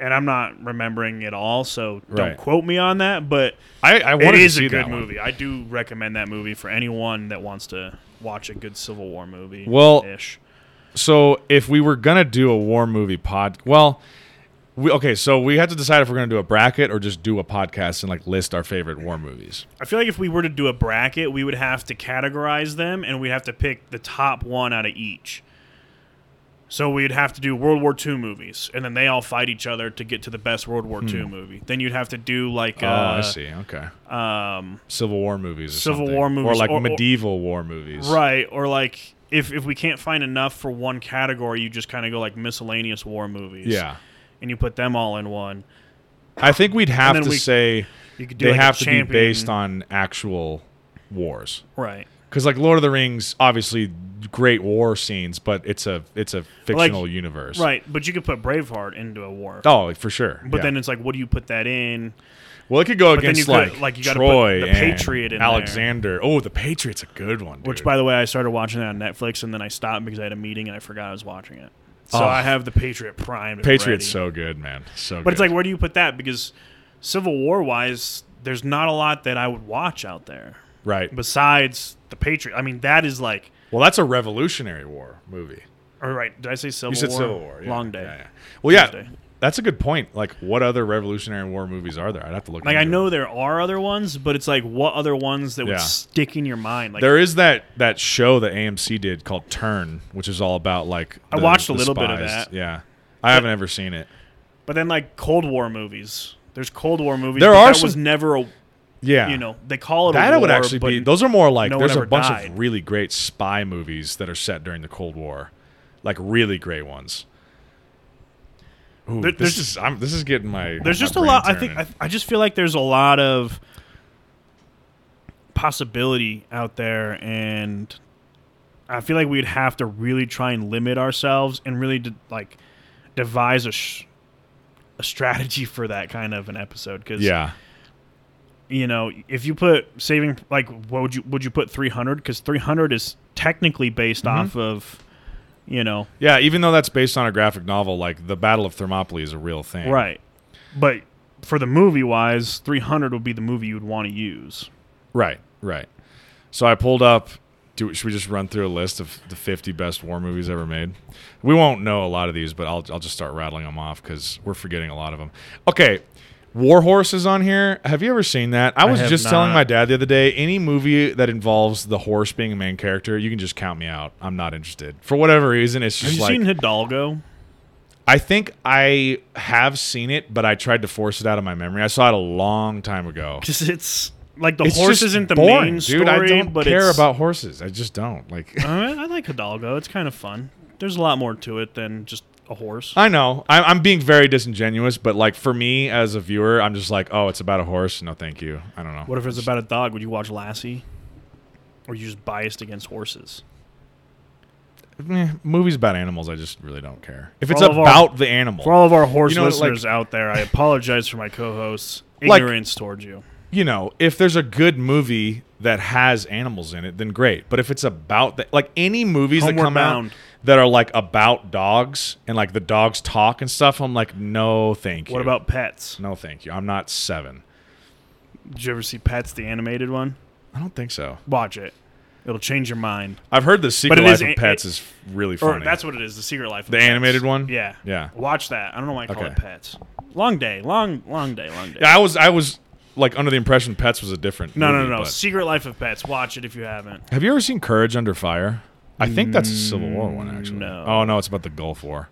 A: and I'm not remembering it all, so don't
B: Right.
A: quote me on that. But
B: I, I
A: it
B: wanted to
A: is
B: see
A: a good
B: that one.
A: movie. I do recommend that movie for anyone that wants to watch a good Civil War movie.
B: Well-
A: ish.
B: So if we were gonna do a war movie pod, well, we okay. So we had to decide if we're gonna do a bracket or just do a podcast and like list our favorite war movies.
A: I feel like if we were to do a bracket, we would have to categorize them, and we'd have to pick the top one out of each. So we'd have to do World War II movies, and then they all fight each other to get to the best World War II movie. Then you'd have to do like,
B: oh, Hmm. I
A: uh,
B: see. Okay,
A: um,
B: Civil War movies. Or
A: Civil
B: something.
A: War
B: or
A: movies
B: like
A: or- or-
B: medieval war movies.
A: Right, or like if if we can't find enough for one category, you just kind of go like miscellaneous war movies.
B: Yeah,
A: and you put them all in one.
B: I think we'd have
A: then
B: to
A: we-
B: say
A: You could do
B: they
A: like, a
B: have to be
A: champion-
B: based on actual wars.
A: right.
B: Because like Lord of the Rings, obviously great war scenes, but it's a it's a fictional universe.
A: Right, but you could put Braveheart into a war.
B: Oh, for sure.
A: But
B: yeah.
A: then it's like, what do you put that in?
B: Well, it could go
A: then
B: against
A: you gotta-
B: like,
A: like, you gotta put
B: Troy
A: the
B: and
A: Patriot in there.
B: Alexander. Oh, the Patriot's a good one.
A: Which,
B: dude.
A: by the way, I started watching that on Netflix, and then I stopped because I had a meeting and I forgot I was watching it. So
B: Oh.
A: I have the Patriot Prime.
B: Patriot's
A: ready.
B: so good, man. So
A: But it's like, where do you put that? Because Civil War wise, there's not a lot that I would watch out there
B: right.
A: besides the Patriot. I mean, that is like
B: Well, that's a Revolutionary War movie.
A: All right. Did I say Civil
B: You said
A: War?
B: Civil War. yeah.
A: Long day.
B: Yeah, yeah. Well, yeah.
A: Tuesday.
B: That's a good point. Like, what other Revolutionary War movies are there? I'd have to look.
A: Like I
B: into it.
A: know there are other ones, but it's like what other ones that
B: Yeah.
A: would stick in your mind? Like
B: there is that that show that AMC did called Turn, which is all about like.
A: I
B: the-
A: watched a
B: the
A: little bit of
B: spies.
A: that.
B: Yeah, I haven't ever seen it.
A: But then like Cold War movies. There's Cold War movies.
B: There
A: but
B: are
A: that
B: some-
A: was never a
B: Yeah,
A: you know they call it a
B: that
A: war,
B: would actually
A: but
B: be. Those are more like
A: no one
B: there's a
A: ever
B: bunch
A: died.
B: of really great spy movies that are set during the Cold War, like really great ones. Ooh,
A: There-
B: this
A: there's-
B: is I'm, this is getting my.
A: there's
B: my
A: just a
B: brain
A: lot. I
B: turning.
A: think I, I just feel like there's a lot of possibility out there, and I feel like we'd have to really try and limit ourselves and really de- like devise a. Sh- a strategy for that kind of an episode because
B: yeah,
A: you know if you put saving like what would you would you put 300 because 300 is technically based off of you know
B: yeah. Even though that's based on a graphic novel, like the Battle of Thermopylae is a real thing.
A: Right. But for the movie wise, 300 would be the movie you would want to use.
B: Right, right. So I pulled up. Do, should we just run through a list of the 50 best war movies ever made? We won't know a lot of these, but I'll, I'll just start rattling them off because we're forgetting a lot of them. Okay, War Horse is on here. Have you ever seen that? I was
A: have
B: just telling
A: not.
B: my dad the other day any movie that involves the horse being a main character, you can just count me out. I'm not interested. For whatever reason, it's
A: Have
B: just
A: you
B: like.
A: seen Hidalgo?
B: I think I have seen it, but I tried to force it out of my memory. I saw it a long time ago.
A: Because it's like the
B: It's
A: horse
B: just
A: isn't the
B: boring,
A: main
B: dude.
A: story,
B: I don't
A: but
B: care
A: it's, Uh,
B: about horses. I just don't like.
A: I, I like Hidalgo. It's kind of fun. There's a lot more to it than just a horse.
B: I know I, I'm being very disingenuous, but like for me as a viewer, I'm just like, oh, it's about a horse. No, thank you. I don't know.
A: What if it's about a dog? Would you watch Lassie? Or are you just biased against horses?
B: Eh, movies about animals? I just really don't care. If it's
A: all of our-
B: about the animal,
A: For all of our horse
B: You know, like-
A: listeners out there, I apologize for my co-hosts'
B: Like-
A: ignorance towards you.
B: you know, if there's a good movie that has animals in it, then great. But if it's about the, like any movies that
A: Homeward
B: come
A: Bound.
B: out that are like about dogs and like the dogs talk and stuff, I'm like, no, thank you.
A: What about Pets?
B: no, thank you. I'm not seven.
A: Did you ever see Pets, the animated one?
B: I don't think so.
A: Watch it. It'll change your mind.
B: I've heard the
A: it
B: sequel Life
A: is
B: of
A: a-
B: Pets is really
A: Or
B: funny.
A: that's what it is, the Secret Life. Of
B: The animated one?
A: Yeah.
B: Yeah.
A: Watch that. I don't know why I call
B: Okay.
A: it pets. Long day. Long long day. Long day.
B: Yeah, I was I was like under the impression Pets was a different.
A: no, no,
B: movie,
A: no, no.
B: but-
A: Secret Life of Pets. Watch it if you haven't.
B: Have you ever seen Courage Under Fire? I think that's a Civil War one actually.
A: Mm, no.
B: Oh no, it's about the Gulf War.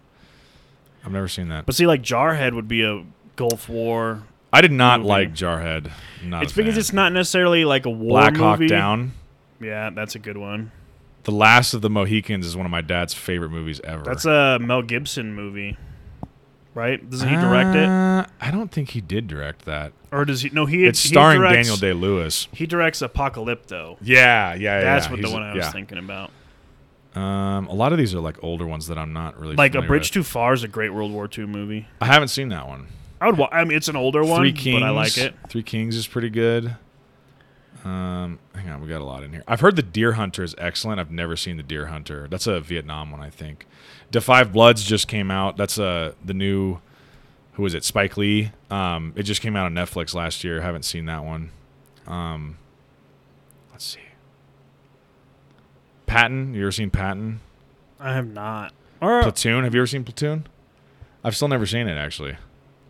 B: I've never seen that.
A: But see, like Jarhead would be a Gulf War.
B: I did not
A: movie.
B: like Jarhead. Not
A: It's
B: a
A: because
B: fan.
A: it's not necessarily like a war
B: Black Hawk
A: movie.
B: Down.
A: Yeah, that's a good one.
B: The Last of the Mohicans is one of my dad's favorite movies ever.
A: That's a Mel Gibson movie, right? Doesn't he direct it,
B: Uh, I don't think he did direct that.
A: or does he? No, he.
B: It's
A: he
B: starring
A: directs-
B: Daniel Day Lewis.
A: He directs Apocalypto.
B: Yeah, yeah, yeah.
A: That's
B: yeah.
A: what the
B: He's-
A: one I was
B: yeah.
A: thinking about.
B: Um, a lot of these are like older ones that I'm not really
A: Like A
B: familiar
A: Bridge
B: with.
A: Too Far is a great World War II movie.
B: I haven't seen that one.
A: I would. Wa- I mean, it's an older one,
B: Three Kings.
A: but I like it.
B: Three Kings is pretty good. Um, hang on, we got a lot in here. I've heard the Deer Hunter is excellent. I've never seen the Deer Hunter. That's a Vietnam one, I think. Da Five Bloods just came out. That's uh the new. Who is it? Spike Lee. Um, it just came out on Netflix last year. Haven't seen that one. Um, let's see. Patton. You ever seen Patton?
A: I have not. Or
B: Platoon. Have you ever seen Platoon? I've still never seen it actually.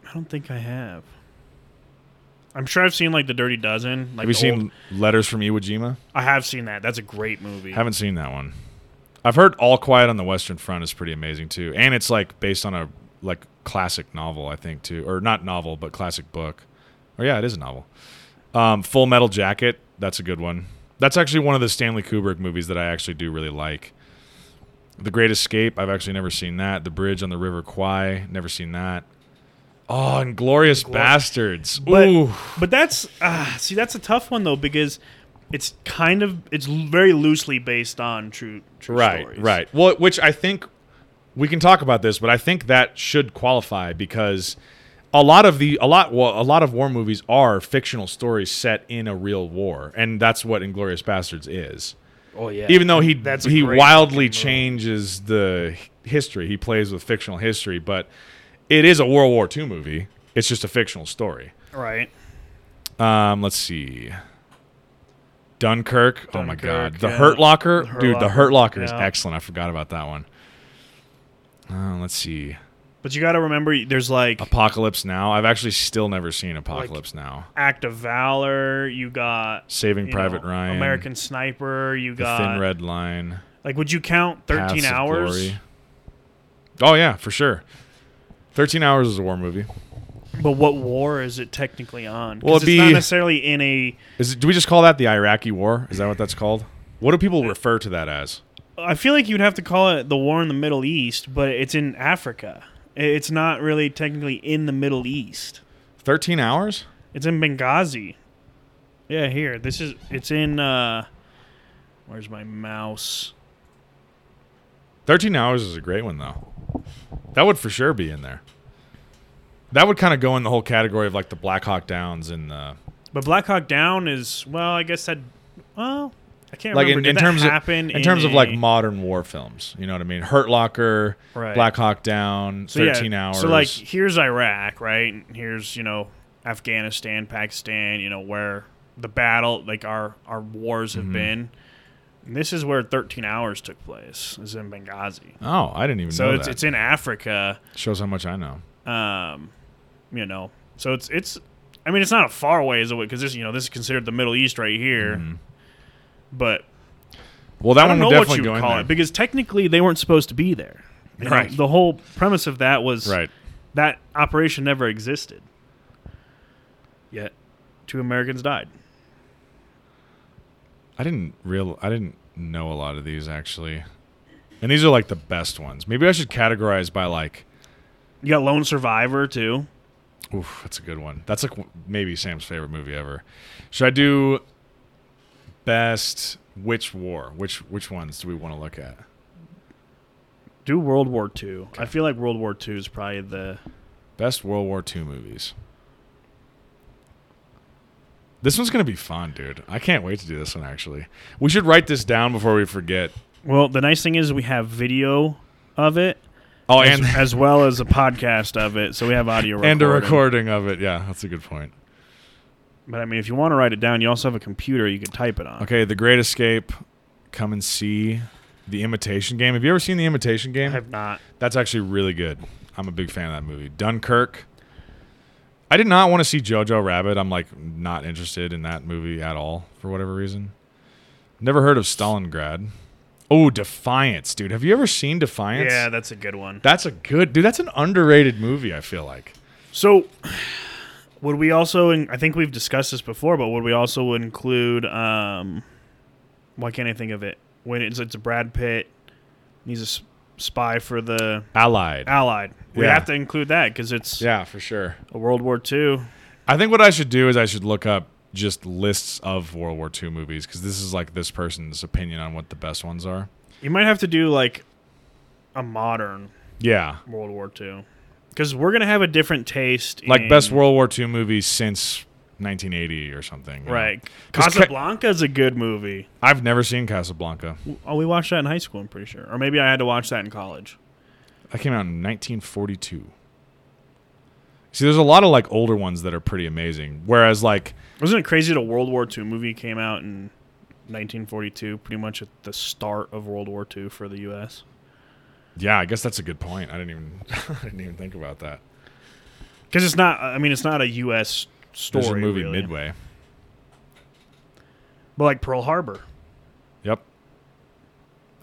A: I don't think I have. I'm sure I've seen like the Dirty Dozen. Like
B: Have you
A: the old-
B: seen Letters from Iwo Jima?
A: I have seen that. That's a great movie.
B: Haven't seen that one. I've heard All Quiet on the Western Front is pretty amazing too, and it's like based on a like classic novel, I think too, or not novel but classic book. Or yeah, it is a novel. Um, Full Metal Jacket, that's a good one. That's actually one of the Stanley Kubrick movies that I actually do really like. The Great Escape, I've actually never seen that. The Bridge on the River Kwai, never seen that. Oh, Inglorious Bastards.
A: But
B: Ooh.
A: but that's uh, see that's a tough one though because it's kind of it's l- very loosely based on true true
B: right
A: stories.
B: right well which i think we can talk about this but i think that should qualify because a lot of the a lot well, a lot of war movies are fictional stories set in a real war and that's what inglorious bastards is
A: Oh yeah.
B: even though he
A: That's a
B: he
A: great
B: wildly
A: fucking movie.
B: changes the h- history he plays with fictional history but it is a world war ii movie it's just a fictional story
A: right.
B: um, let's see. Dunkirk. Oh my
A: Dunkirk,
B: god. The
A: yeah.
B: Hurt Locker.
A: The Hurt
B: Dude, the
A: Locker,
B: Hurt Locker is
A: yeah.
B: excellent. I forgot about that one. Uh, let's see.
A: But you got to remember, there's like
B: Apocalypse Now. I've actually still never seen Apocalypse Now.
A: Act of Valor. You got
B: Saving
A: you
B: Private
A: know,
B: Ryan.
A: American Sniper. You
B: The
A: got
B: Thin Red Line.
A: like, would you count
B: Paths
A: thirteen
B: of
A: hours?
B: Glory. Oh yeah, for sure. Thirteen Hours is a war movie.
A: But what war is it technically on? 'Cause
B: Well, it'd
A: it's not
B: be-
A: necessarily in a.
B: Is it, do we just call that the Iraqi War? Is that what that's called? What do people refer to that as?
A: I feel like you'd have to call it the war in the Middle East, but it's in Africa. I- It's not really technically in the Middle East.
B: Thirteen Hours?
A: It's in Benghazi. Yeah, here. This is. It's in. uh Where's my mouse?
B: Thirteen Hours is a great one though. That would for sure be in there. That would kind of go in the whole category of like the Black Hawk Downs and the
A: But Black Hawk Down is well, I guess that. Well, I can't
B: like in,
A: remember.
B: in
A: Did that
B: terms of
A: happen
B: in terms of like
A: a-
B: modern war films. You know what I mean? Hurt Locker,
A: Right.
B: Black Hawk Down,
A: So, yeah,
B: Thirteen Hours.
A: So like here's Iraq, right? And here's you know Afghanistan, Pakistan, you know where the battle, like our our wars
B: Mm-hmm.
A: have been. And this is where 13 hours took place. Is in Benghazi.
B: oh, I didn't even
A: So
B: know
A: it's
B: that.
A: it's in Africa.
B: Shows how much I know.
A: Um, you know, so it's it's. I mean, it's not a far ways away because this you know this is considered the Middle East right here. But
B: Well, that
A: I don't
B: Mm-hmm. one would
A: know what
B: definitely
A: you
B: go
A: would
B: in
A: call
B: there.
A: it because technically they weren't supposed to be there. You know,
B: Right.
A: the whole premise of that was
B: right.
A: that operation never existed. Yet, two Americans died.
B: I didn't real. I didn't know a lot of these actually, and these are like the best ones. Maybe I should categorize by like.
A: You got Lone Survivor too.
B: Oof, that's a good one. That's like w- maybe Sam's favorite movie ever. Should I do best which war? Which which ones do we want to look at?
A: Do World War II. I feel like World War II is probably the
B: Best World War II movies. This one's gonna be fun, dude. I can't wait to do this one. Actually, we should write this down before we forget.
A: well. The nice thing is we have video of it
B: Oh,
A: as,
B: and
A: as well as a podcast of it, so we have audio recording.
B: and a recording of it. Yeah, that's a good point.
A: But I mean, if you want to write it down, you also have a computer you can type it on.
B: Okay, The Great Escape. Come and see The Imitation Game. Have you ever seen The Imitation
A: I
B: Game?
A: have not.
B: That's actually really good. I'm a big fan of that movie. Dunkirk. I did not want to see Jojo Rabbit. I'm like not interested in that movie at all for whatever reason. Never heard of Stalingrad. Oh, Defiance, dude. Have you ever seen Defiance?
A: Yeah, that's a good one.
B: That's a good dude. That's an underrated movie. I feel like.
A: So, would we also? in- I think we've discussed this before, but would we also include? Um, why can't I think of it? When it's it's a Brad Pitt, and he's a s- spy for the
B: Allied.
A: Allied. We
B: Yeah.
A: have to include that because it's
B: yeah, for sure.
A: a World War II.
B: I think what I should do is I should look up just lists of World War II movies because this is like this person's opinion on what the best ones are.
A: You might have to do like a modern
B: Yeah,
A: World War II because we're gonna have a different taste.
B: like
A: in-
B: best World War II movies since 1980 or something. you know.
A: Right,
B: 'Cause ca-
A: Casablanca is a good movie.
B: I've never seen Casablanca.
A: Oh, we watched that in high school. I'm pretty sure, or maybe I had to watch that in college.
B: That came out in 1942. See, there's a lot of like older ones that are pretty amazing. Whereas like
A: Wasn't it crazy that a World War II movie came out in 1942, pretty much at the start of World War II for the U.S.?
B: yeah, I guess that's a good point. I didn't even I didn't even think about that.
A: Because it's not, I mean, it's not a U.S. story.
B: There's a movie
A: really.
B: midway.
A: But like Pearl Harbor.
B: Yep.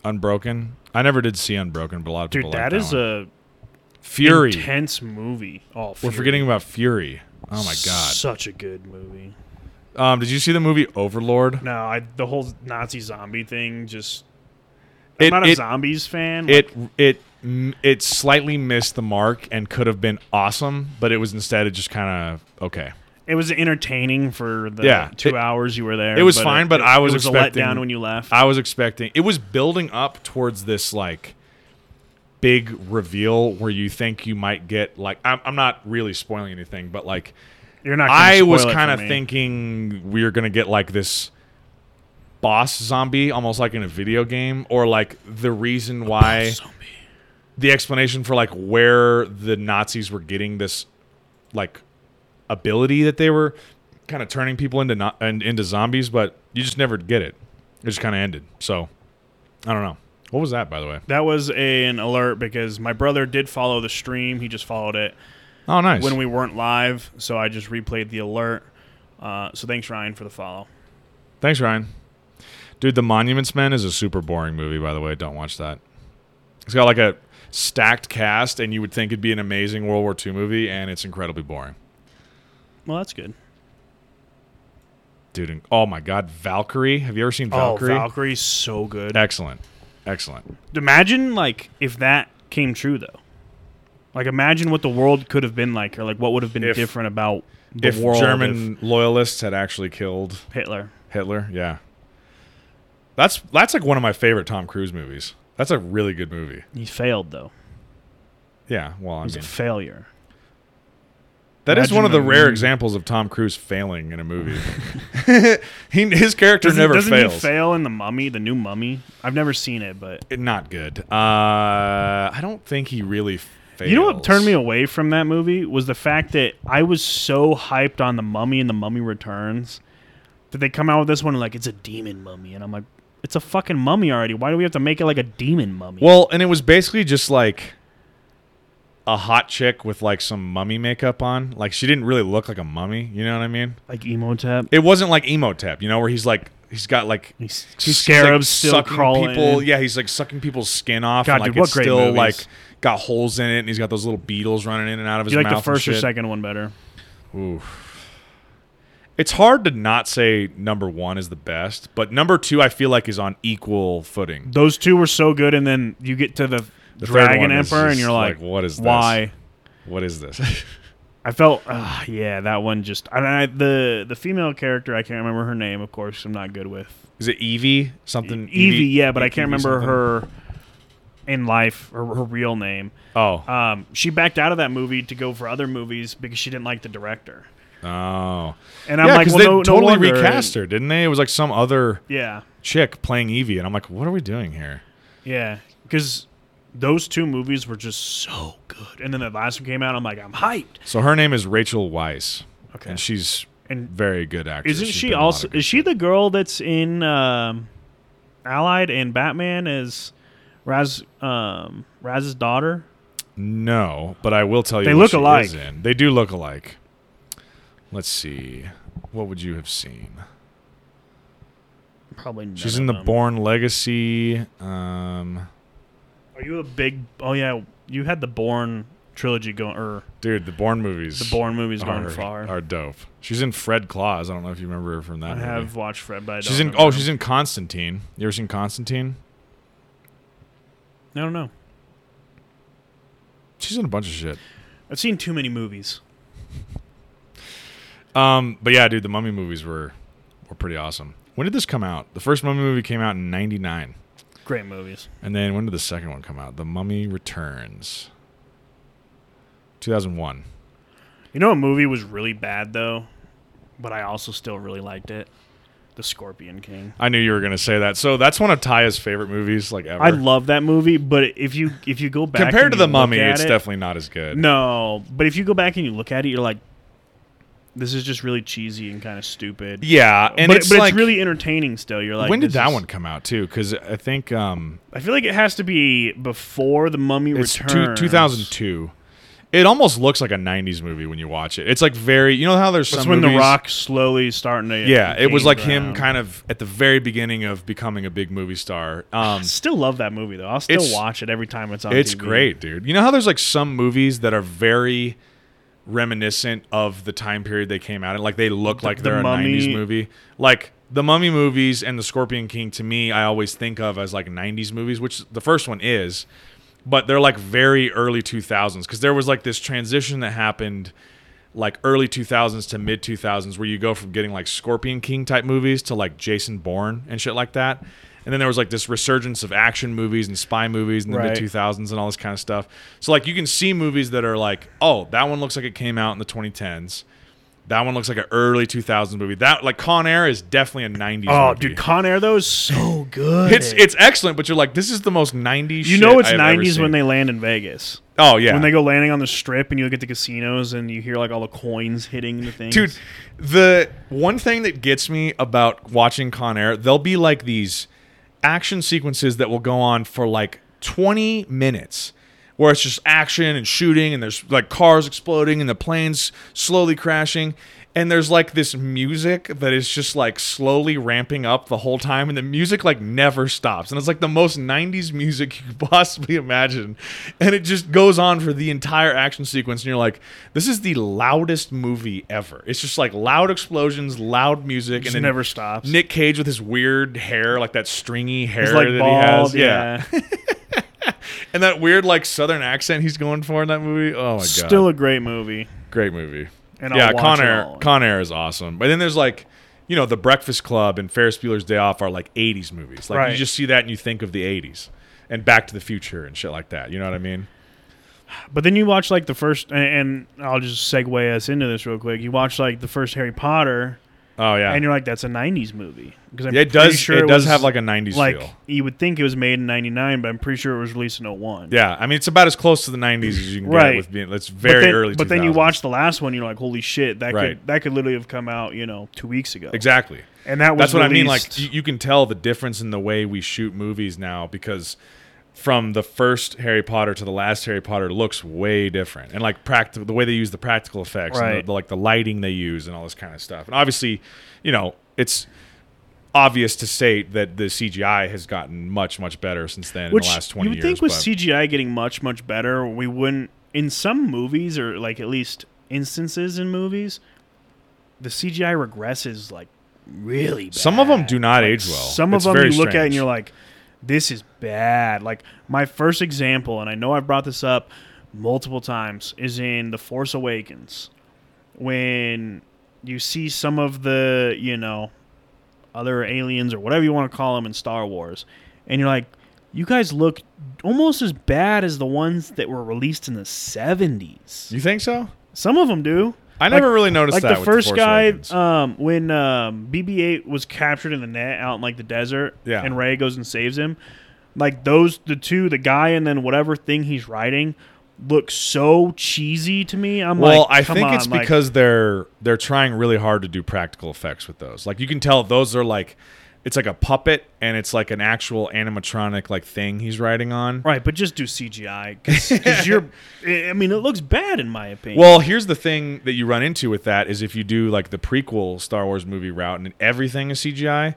B: Unbroken. I never did see Unbroken, but a lot of
A: Dude,
B: people like
A: that is
B: one.
A: a
B: Fury.
A: intense movie. Oh,
B: We're
A: Fury.
B: forgetting about Fury. Oh my god.
A: Such a good movie.
B: Um, did you see the movie Overlord?
A: No, I the whole Nazi zombie thing just.
B: It-
A: I'm not a
B: it-
A: zombies fan.
B: it it m- it slightly missed the mark and could have been awesome, but it was instead it just kind of okay.
A: it was entertaining for the
B: Yeah,
A: two
B: it-
A: hours you were there.
B: it was fine, but I was
A: it was
B: expecting-
A: a letdown when you left.
B: I was expecting it was building up towards this like big reveal where you think you might get like I'm, I'm not really spoiling anything, but like
A: You're not. gonna
B: I was
A: spoil it for
B: kind of
A: me.
B: thinking we are gonna get like this boss zombie, almost like in a video game, or like the reason why.
A: Zombie.
B: the explanation for like where the Nazis were getting this like ability that they were kind of turning people into not and into zombies, but you just never get it. It just kind of ended. So I don't know. What was that, by the way?
A: That was a, an alert because my brother did follow the stream. He just followed it
B: Oh, nice.
A: when we weren't live, so I just replayed the alert. Uh, so thanks, Ryan, for the follow.
B: Thanks, Ryan. Dude, The Monuments Men is a super boring movie, by the way. Don't watch that. It's got like a stacked cast, and you would think it'd be an amazing World War II movie, and it's incredibly boring.
A: Well, that's good.
B: Dude, and, oh my God, Valkyrie. Have you ever seen Valkyrie?
A: Oh, Valkyrie's so good.
B: Excellent. Excellent.
A: imagine like if that came true though. Like imagine what the world could have been like, or like what would have been
B: If-
A: different about the
B: if
A: world
B: German loyalists had actually killed
A: if Hitler.
B: Hitler, yeah. That's that's like one of my favorite Tom Cruise movies. That's a really good movie.
A: He failed though.
B: Yeah, well, I
A: He's
B: mean,
A: a failure.
B: That is
A: Imagine
B: one of the
A: a
B: rare
A: movie.
B: examples of Tom Cruise failing in a movie. he, his character
A: Doesn't,
B: never
A: doesn't
B: fails.
A: he fail in the Mummy, the new Mummy? I've never seen it, but
B: Not good. Uh, I don't think he really fails.
A: you know what turned me away from that movie was the fact that I was so hyped on the Mummy and the Mummy Returns that they come out with this one like it's a demon mummy, and I'm like, it's a fucking mummy already. Why do we have to make it like a demon mummy?
B: Well, and it was basically just like a hot chick with like some mummy makeup on. Like she didn't really look like a mummy. You know what I mean?
A: like Emotep,
B: It wasn't like Emotep, you know, where he's like he's got like
A: he's,
B: s-
A: scarabs
B: like,
A: still crawling.
B: people. Yeah, he's like sucking people's skin off.
A: God,
B: and, like
A: dude, what
B: it's
A: great
B: still
A: movies.
B: like got holes in it, and he's got those little beetles running in and out of his
A: Do you like
B: mouth.
A: the
B: and
A: first or
B: shit.
A: second one better?
B: It's hard to not say number one is the best, but number two I feel like is on equal footing.
A: Those two were so good, and then you get to the,
B: The third
A: Dragon
B: one is
A: Emperor, and
B: just
A: you're like,
B: like, what is this?
A: why?
B: What is this?
A: I felt, uh, yeah, that one just. And I, the the female character, I can't remember her name. Of course, I'm not good with
B: is it Evie something?
A: E-, Evie, yeah, but I can't
B: Evie
A: remember
B: something?
A: her in life or her real name.
B: Oh,
A: Um, she backed out of that movie to go for other movies because she didn't like the director.
B: oh,
A: And I'm
B: yeah,
A: like,
B: because
A: well,
B: they
A: no, no
B: totally
A: wonder.
B: recast her, didn't they? It was like some other
A: Yeah,
B: chick playing Evie, and I'm like, what are we doing here?
A: yeah, because those two movies were just so good. And then the last one came out, I'm like, I'm hyped.
B: So her name is Rachel Weisz,
A: Okay.
B: and she's
A: And
B: very good actress.
A: Isn't
B: She's
A: she
B: been in a lot
A: also?
B: of good-
A: Is she the girl that's in um, Allied and Batman is Raz um, Raz's daughter?
B: No, but I will tell you.
A: They
B: what
A: look
B: she
A: alike.
B: is in. They do look alike. Let's see. What would you have seen?
A: Probably. none
B: She's
A: of
B: in the
A: them.
B: Born Legacy. Um,
A: Are you a big? Oh yeah, you had the Born trilogy going or
B: dude, the Born movies.
A: the Born movies going
B: are,
A: far.
B: are dope. She's in Fred Claus. I don't know if you remember her from that.
A: I
B: movie.
A: have watched Fred, but I
B: She's
A: don't
B: in.
A: remember.
B: Oh, she's in Constantine. You ever seen Constantine?
A: I don't know.
B: She's in a bunch of shit.
A: I've seen too many movies.
B: Um, but yeah, dude, the Mummy movies were were pretty awesome. When did this come out? The first Mummy movie came out in '99,
A: Great movies.
B: and then when did the second one come out? The Mummy Returns, 2001.
A: You know, a movie was really bad though, but I also still really liked it. The Scorpion King.
B: I knew you were gonna say that. So that's one of Taya's favorite movies, like ever.
A: I love that movie, but if you if you go back
B: Compared
A: and
B: to
A: you
B: the
A: look
B: Mummy,
A: at
B: it's
A: it-
B: definitely not as good.
A: No, but if you go back and you look at it, you're like, this is just really cheesy and kind of stupid.
B: Yeah, and
A: but,
B: it's
A: but
B: like
A: it's really entertaining still. You're like,
B: when did
A: this
B: that
A: is-
B: one come out too? Because I think um,
A: I feel like it has to be before the Mummy
B: it's two,
A: Returns.
B: 2002. It almost looks like a '90s movie when you watch it. It's like very, you know how there's
A: That's
B: some
A: when The
B: movies-
A: Rock slowly starting to.
B: Yeah, it was
A: gain
B: like him
A: ground.
B: kind of at the very beginning of becoming a big movie star. Um,
A: Still love that movie though. I'll still
B: It's-
A: watch it every time it's on.
B: it's
A: TV.
B: great, dude. You know how there's like some movies that are very reminiscent of the time period they came out in. Like they look like
A: The
B: they're
A: Mummy-
B: a '90s movie. Like the Mummy movies and the Scorpion King to me, I always think of as like '90s movies, which the first one is, but they're like very early 2000s because there was like this transition that happened. Like early 2000s to mid 2000s, where you go from getting like Scorpion King type movies to like Jason Bourne and shit like that. And then there was like this resurgence of action movies and spy movies in the
A: Right.
B: mid 2000s thousands and all this kind of stuff. So like you can see movies that are like, oh, that one looks like it came out in the 2010s. That one looks like an early 2000s movie. That like Con Air is definitely a 90s.
A: Oh,
B: movie.
A: dude, Con Air though is so good.
B: it's it's excellent, but you're like, this is the most 90s.
A: you know it's 90s when they land in Vegas.
B: oh yeah
A: When they go landing on the strip and you look at the casinos and you hear like all the coins hitting the things.
B: dude the one thing that gets me about watching con air they'll be like these action sequences that will go on for like 20 minutes where it's just action and shooting and there's like cars exploding and the planes slowly crashing and there's like this music that is just like slowly ramping up the whole time and the music like never stops and it's like the most 90s music you could possibly imagine and it just goes on for the entire action sequence and you're like this is the loudest movie ever it's just like loud explosions loud music
A: Just
B: and then
A: never stops.
B: Nick Cage with his weird hair, like that stringy hair
A: He's like
B: that
A: bald.
B: he has, yeah.
A: yeah.
B: and that weird like Southern accent he's going for in that movie. Oh my god,
A: Still a great movie.
B: great movie.
A: And
B: yeah,
A: I'll watch
B: Con
A: it
B: Air,
A: all.
B: Con Air is awesome. But then there's like, you know, The Breakfast Club and Ferris Bueller's Day Off are like '80s movies. Like
A: Right.
B: you just see that and you think of the '80s and Back to the Future and shit like that. You know what I mean?
A: But then you watch like the first, and, and I'll just segue us into this real quick. You watch like the first Harry Potter,
B: Oh yeah,
A: and you're like, that's a '90s movie because I'm
B: Yeah, it
A: pretty
B: does.
A: Sure
B: it does
A: was,
B: have like a '90s
A: like
B: feel.
A: you would think it was made in '99, but I'm pretty sure it was released in 01.
B: Yeah, I mean it's about as close to the '90s as you can get
A: Right.
B: with being. It's
A: But
B: very
A: then-
B: early.
A: But then you
B: 2000s.
A: watch the last one, you're like, holy shit, that
B: Right.
A: could that could literally have come out, you know, two weeks ago.
B: exactly.
A: And that was
B: That's what I mean.
A: released-
B: Like you, you can tell the difference in the way we shoot movies now because from the first Harry Potter to the last Harry Potter looks way different, and like practical the way they use the practical effects, and the,
A: Right.
B: the, like the lighting they use, and all this kind of stuff. And obviously, you know, it's obvious to state that the CGI has gotten much much better since then
A: which
B: in the last twenty
A: you would
B: years.
A: think with
B: but-
A: CGI getting much much better, we wouldn't in some movies or like at least instances in movies, the CGI regresses like really. Bad.
B: some of them do not age well.
A: Some
B: It's
A: of them
B: very
A: you look at and
B: strange.
A: you're like, this is bad. Like my first example, and I know I've brought this up multiple times, is in The Force Awakens when you see some of the you know other aliens or whatever you want to call them in Star Wars, and you're like, you guys look almost as bad as the ones that were released in the '70s.
B: you think so?
A: Some of them do
B: I
A: Like-
B: never really noticed
A: like
B: that.
A: the
B: with
A: first
B: Force
A: guy
B: Awakens.
A: um, when um, bb8 was captured in the net out in like the desert
B: Yeah.
A: and ray goes and saves him like those the two the guy and then whatever thing he's riding look so cheesy to me i'm
B: well,
A: like
B: I
A: "Come
B: think
A: on,"
B: it's
A: like,
B: because they're they're trying really hard to do practical effects with those. Like you can tell those are like it's like a puppet and it's like an actual animatronic like thing he's riding on.
A: right but just do cgi because you're i I mean it looks bad in my opinion
B: Well, here's the thing that you run into with that is if you do like the prequel Star Wars movie route and everything is CGI,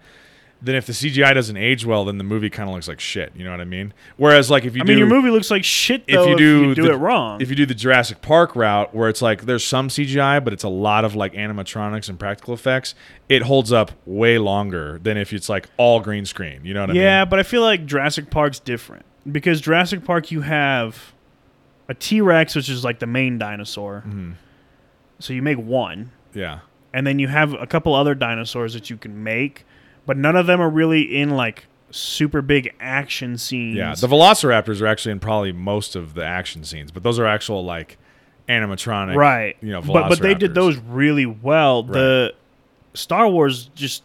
B: then if the CGI doesn't age well, then the movie kind of looks like shit. You know what I mean? Whereas like if you
A: i
B: do
A: mean your movie looks like shit
B: if
A: though
B: you do, the-
A: it wrong
B: if you do the Jurassic Park route, where it's like there's some CGI, but it's a lot of like animatronics and practical effects, it holds up way longer than if it's like all green screen. You know what I
A: yeah,
B: mean?
A: but I feel like Jurassic Park's different because Jurassic Park you have a T Rex, which is like the main dinosaur.
B: Mm-hmm.
A: So you make one,
B: Yeah,
A: and then you have a couple other dinosaurs that you can make, but none of them are really in like super big action scenes.
B: yeah. The Velociraptors are actually in probably most of the action scenes, but those are actual like animatronic,
A: right.
B: You know,
A: but but they did
B: Velociraptors.
A: those really well. The Star Wars just.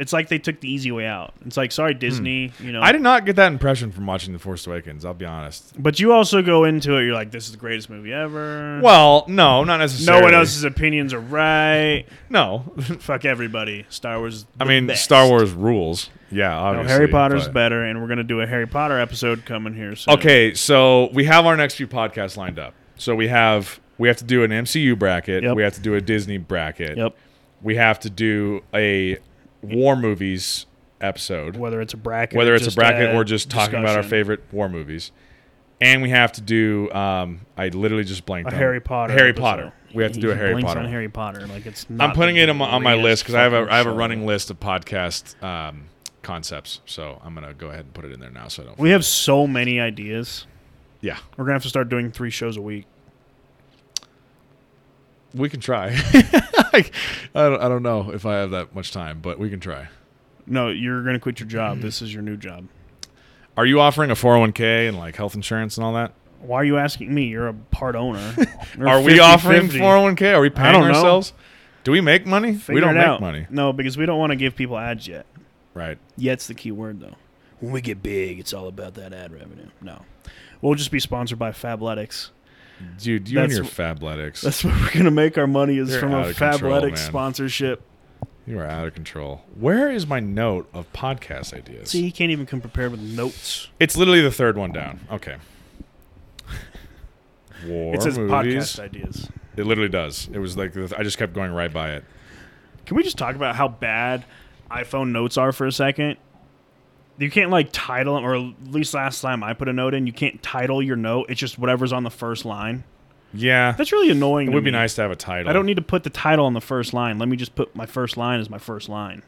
A: It's like they took the easy way out. It's like, sorry, Disney. You know,
B: Hmm. I did not get that impression from watching The Force Awakens. I'll be honest.
A: but you also go into it. You're like, this is the greatest movie ever.
B: Well, no,
A: No
B: not necessarily.
A: one else's opinions are right.
B: No,
A: Fuck everybody. Star Wars. is
B: I
A: the
B: mean
A: best.
B: Star Wars rules. Yeah,
A: No,
B: obviously.
A: Harry Potter's
B: but-
A: better, and we're gonna do a Harry Potter episode coming here soon.
B: Okay, so we have our next few podcasts lined up. So we have we have to do an MCU bracket.
A: Yep.
B: We have to do a Disney bracket.
A: Yep.
B: We have to do a war movies episode,
A: Whether it's a bracket,
B: whether
A: or
B: it's a
A: just
B: bracket or just talking about our
A: discussion.
B: favorite war movies. And we have to do. Um, I literally just blanked.
A: A
B: on
A: Harry Potter.
B: Harry
A: episode.
B: Potter. We have to
A: He-
B: do a
A: he
B: Harry
A: blinks
B: Potter.
A: on
B: one.
A: Harry Potter. Like it's. Not
B: I'm putting
A: the
B: it on my, on my
A: greatest
B: list because I have a
A: fucking
B: I have a
A: show.
B: running list of podcast um, concepts. So I'm gonna go ahead and put it in there now. So I don't.
A: We have so many ideas.
B: yeah,
A: We're gonna have to start doing three shows a week.
B: We can try. I, don't, I don't know if I have that much time, but we can try.
A: No, you're gonna quit your job. This is your new job.
B: Are you offering a 401k and like health insurance and all that?
A: Why are you asking me? You're a part owner. We're
B: Are we
A: 50-50.
B: offering 401k? Are we paying
A: don't know.
B: ourselves? Do we make money? we
A: Figure
B: don't
A: it
B: make
A: out.
B: money.
A: No, because we don't want to give people ads yet.
B: Right.
A: Yet's the key word, though. When we get big, it's all about that ad revenue. No, we'll just be sponsored by Fabletics.
B: Dude, you
A: That's
B: and your
A: wh-
B: Fabletics.
A: That's where we're gonna make our money is
B: They're
A: from
B: out
A: a
B: of control,
A: Fabletics
B: man.
A: sponsorship.
B: You are out of control. Where is my note of podcast ideas?
A: See, he can't even come prepared with notes.
B: It's literally the third one down. Okay. War
A: it says
B: movies.
A: podcast ideas.
B: It literally does. It was like the th- I just kept going right by it.
A: Can we just talk about how bad iPhone notes are for a second? You can't like title them, or at least last time I put a note in, you can't title your note. It's just whatever's on the first line.
B: Yeah,
A: That's really annoying.
B: it
A: to
B: would be
A: me.
B: nice to have a title.
A: I don't need to put the title on the first line. Let me just put my first line as my first line.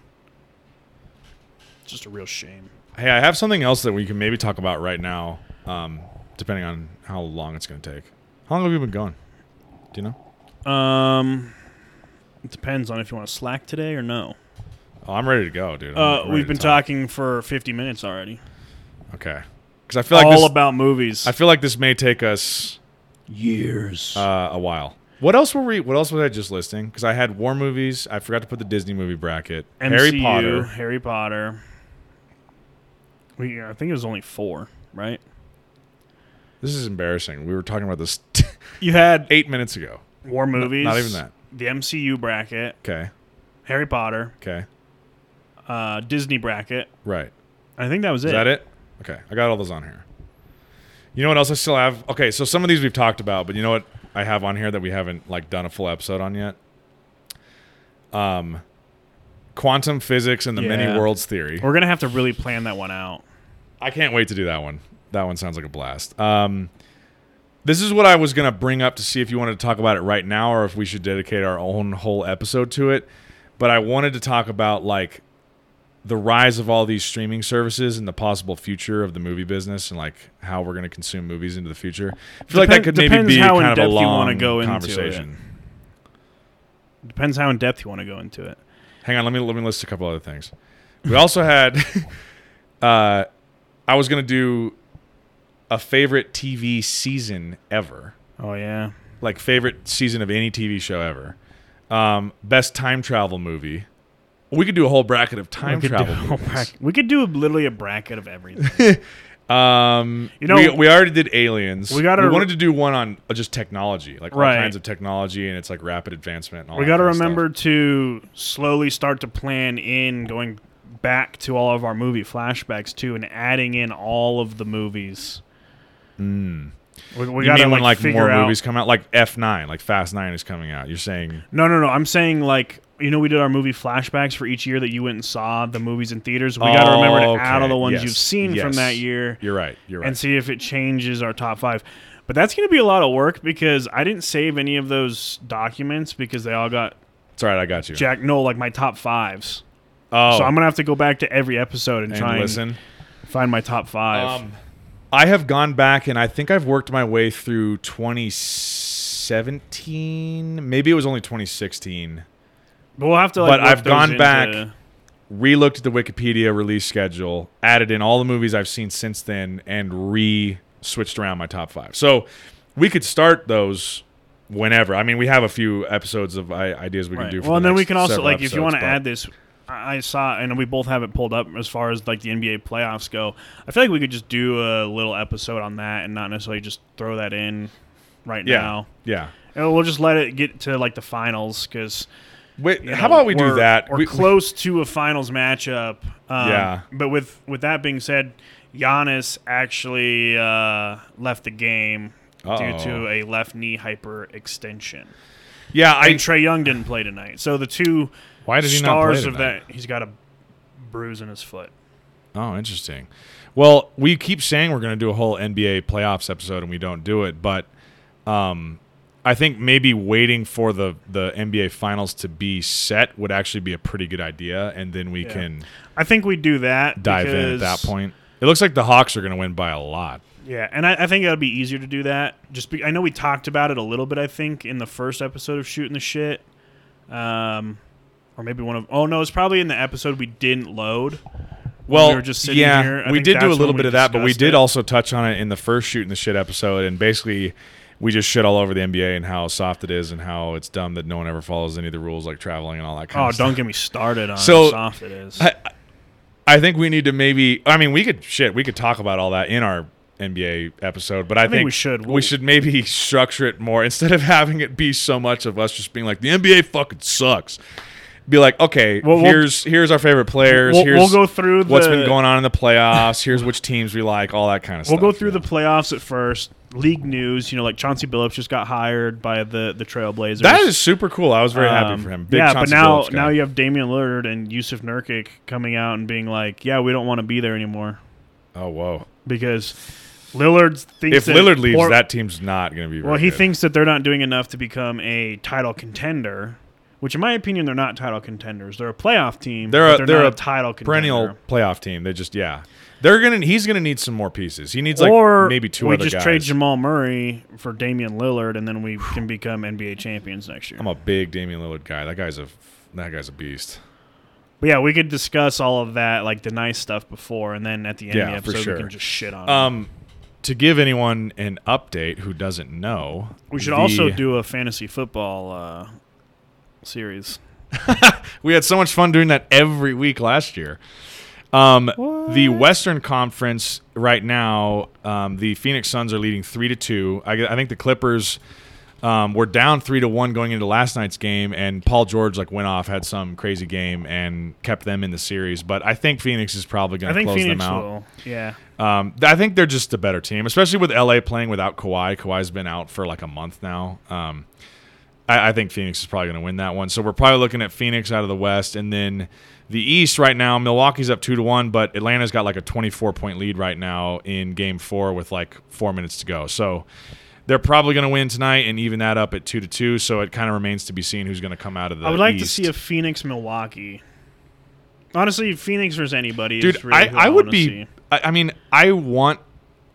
A: It's just a real shame.
B: Hey, I have something else that we can maybe talk about right now, um, depending on how long it's going to take. How long have you been going? Do you know?
A: Um, it depends on if you want to slack today or no.
B: Oh, I'm ready to go, dude. I'm
A: Uh,
B: ready
A: we've
B: to
A: been
B: talk.
A: talking for 50 minutes already.
B: Okay, because I feel like
A: All
B: this,
A: about movies.
B: I feel like this may take us
A: Years.
B: uh, a while. What else were we? What else was I just listing? Because I had war movies. I forgot to put the Disney movie bracket. Harry
A: MCU,
B: Potter.
A: Harry Potter. We, I think it was only four, right?
B: This is embarrassing. We were talking about this
A: You had
B: eight minutes ago.
A: war movies.
B: not even that.
A: The MCU bracket,
B: Okay.
A: Harry Potter,
B: Okay.
A: uh, Disney bracket.
B: Right.
A: I think that was it.
B: Is that it? Okay, I got all those on here. You know what else I still have? Okay, so some of these we've talked about, but you know what I have on here that we haven't like done a full episode on yet? Um, quantum physics and the
A: Yeah.
B: many worlds theory.
A: We're gonna have to really plan that one out.
B: I can't wait to do that one. That one sounds like a blast. Um, this is what I was gonna bring up to see if you wanted to talk about it right now or if we should dedicate our own whole episode to it. But I wanted to talk about like the rise of all these streaming services and the possible future of the movie business and like how we're gonna consume movies into the future. I feel like that
A: Depend-
B: could maybe
A: depends
B: be
A: how
B: kind
A: in
B: of a
A: depth you wanna
B: long
A: go into it.
B: conversation.
A: Depends how in depth you want to go into it.
B: Hang on, let me let me list a couple other things. We also had uh I was gonna do a favorite TV season ever.
A: Oh yeah,
B: Like favorite season of any TV show ever. Um best time travel movie. We could do a whole bracket of time
A: we could,
B: travel
A: do,
B: movies.
A: we could do literally a bracket of everything.
B: Um
A: You know-
B: we, we already did aliens.
A: We gotta-
B: we wanted to do one on just technology, like
A: Right.
B: all kinds of technology and it's like rapid advancement and all
A: we
B: that
A: got to
B: kind of stuff.
A: remember to slowly start to plan in going back to all of our movie flashbacks too, and adding in all of the movies. We, we
B: Hmm. you
A: got to like,
B: mean when like
A: figure
B: more
A: out.
B: movies come out, like F nine, like Fast Nine is coming out. You're saying
A: No, no, no. I'm saying like you know we did our movie flashbacks for each year that you went and saw the movies in theaters. We got to
B: Oh,
A: remember to
B: okay.
A: add all the ones
B: Yes.
A: you've seen from
B: Yes.
A: that year.
B: You're right. You're right.
A: and see if it changes our top five. But that's going to be a lot of work because I didn't save any of those documents because they all got
B: it's all right. I got you.
A: Jack. No, like my top fives.
B: oh,
A: So I'm going to have to go back to every episode and,
B: and
A: try and
B: listen.
A: find my top five.
B: Um, I have gone back and I think I've worked my way through 2017. Maybe it was only 2016.
A: but we'll have to. Like,
B: but
A: work
B: I've
A: those
B: gone
A: into-
B: back- Relooked at the Wikipedia release schedule, added in all the movies I've seen since then, and re switched around my top five. So we could start those whenever. I mean, we have a few episodes of i- ideas we
A: Right.
B: can do. For
A: Well,
B: the
A: and then
B: next
A: we can also
B: several
A: like if you
B: episodes,
A: want to
B: but-
A: add this. I I saw, and we both have it pulled up as far as like the NBA playoffs go. I feel like we could just do a little episode on that and not necessarily just throw that in right
B: yeah,
A: now.
B: yeah.
A: And we'll just let it get to like the finals because
B: Wait,
A: you
B: how
A: know,
B: about we do
A: we're-
B: that?
A: We're
B: We-
A: close to a finals matchup. Um,
B: Yeah.
A: But with with that being said, Giannis actually uh, left the game due
B: Uh-oh.
A: to a left knee hyperextension.
B: yeah, I
A: And Trey Young didn't play tonight, so the two
B: Why did he not play
A: stars of
B: tonight?
A: that he's got a bruise in his foot.
B: Oh, interesting. Well, we keep saying we're going to do a whole NBA playoffs episode and we don't do it, but um, I think maybe waiting for the the NBA finals to be set would actually be a pretty good idea, and then we
A: Yeah.
B: can
A: I think we do that
B: dive in at
A: because-
B: that point. It looks like the Hawks are going to win by a lot.
A: Yeah, and I, I think it would be easier to do that. Just be, I know we talked about it a little bit. I think in the first episode of shooting the shit, um, or maybe one of. Oh no, it's probably in the episode we didn't load.
B: Oh, Well,
A: we were just sitting
B: yeah,
A: here. I
B: we
A: think
B: did do a
A: that's
B: little
A: when we
B: bit of that, but we
A: discussed
B: did
A: it.
B: also touch on it in the first shooting the shit episode, and basically we just shit all over the NBA and how soft it is and how it's dumb that no one ever follows any of the rules like traveling and all that kind
A: Oh,
B: of stuff.
A: don't get me started on
B: So,
A: how soft it is.
B: I, I think we need to maybe. I mean, we could shit. We could talk about all that in our NBA episode, but I,
A: think we should.
B: we
A: We'll-
B: should maybe structure it more instead of having it be so much of us just being like the NBA fucking sucks. be like, okay,
A: Well, we'll-
B: here's here's our favorite players.
A: We'll,
B: here's
A: we'll go through the,
B: what's been going on in the playoffs. Here's which teams we like, all that kind of
A: We'll go
B: stuff.
A: through the playoffs at first. League news, you know, like Chauncey Billups just got hired by the the Trailblazers.
B: That is super cool. I was very
A: Um,
B: happy for him. Big
A: yeah,
B: Chauncey
A: but now
B: Billups guy.
A: now you have Damian Lillard and Yusuf Nurkic coming out and being like, "Yeah, we don't want to be there anymore
B: oh whoa!
A: because Lillard thinks
B: If
A: that
B: Lillard leaves,
A: Port-
B: that team's not going to be. Very
A: well, he
B: good.
A: thinks that they're not doing enough to become a title contender." Which, in my opinion, they're not title contenders. They're a playoff team.
B: They're
A: but
B: a- they're
A: not
B: a
A: title contender.
B: perennial playoff team. They just yeah, they're gonna. He's gonna need some more pieces. He needs like
A: or
B: maybe two
A: we
B: other
A: just
B: guys.
A: trade Jamal Murray for Damian Lillard, and then we can become NBA champions next year.
B: I'm a big Damian Lillard guy. That guy's a that guy's a beast.
A: But yeah, we could discuss all of that, like the nice stuff before, and then at the end
B: Yeah,
A: of
B: for
A: the episode,
B: sure.
A: we can just shit on. it.
B: Um, to give anyone an update who doesn't know,
A: we should
B: the-
A: also do a fantasy football uh, series.
B: We had so much fun doing that every week last year. Um, the Western Conference right now, um, the Phoenix Suns are leading three to two. I, I think the Clippers um, were down three to one going into last night's game, and Paul George like went off, had some crazy game, and kept them in the series. But I think Phoenix is probably
A: I
B: going to
A: think
B: close
A: Phoenix
B: them out.
A: will. Yeah,
B: Um, th- I think they're just a better team, especially with LA playing without Kawhi. Kawhi's been out for like a month now. Um, I, I think Phoenix is probably going to win that one. So we're probably looking at Phoenix out of the West, and then the East right now. Milwaukee's up two to one, but Atlanta's got like a twenty-four point lead right now in Game Four with like four minutes to go. So they're probably going to win tonight and even that up at two to two. So it kind of remains to be seen who's going to come out of the.
A: I would like to
B: East.
A: see a Phoenix Milwaukee. Honestly, Phoenix versus anybody,
B: dude
A: Is really who
B: I, I would
A: wanna
B: be
A: see.
B: I, I mean i want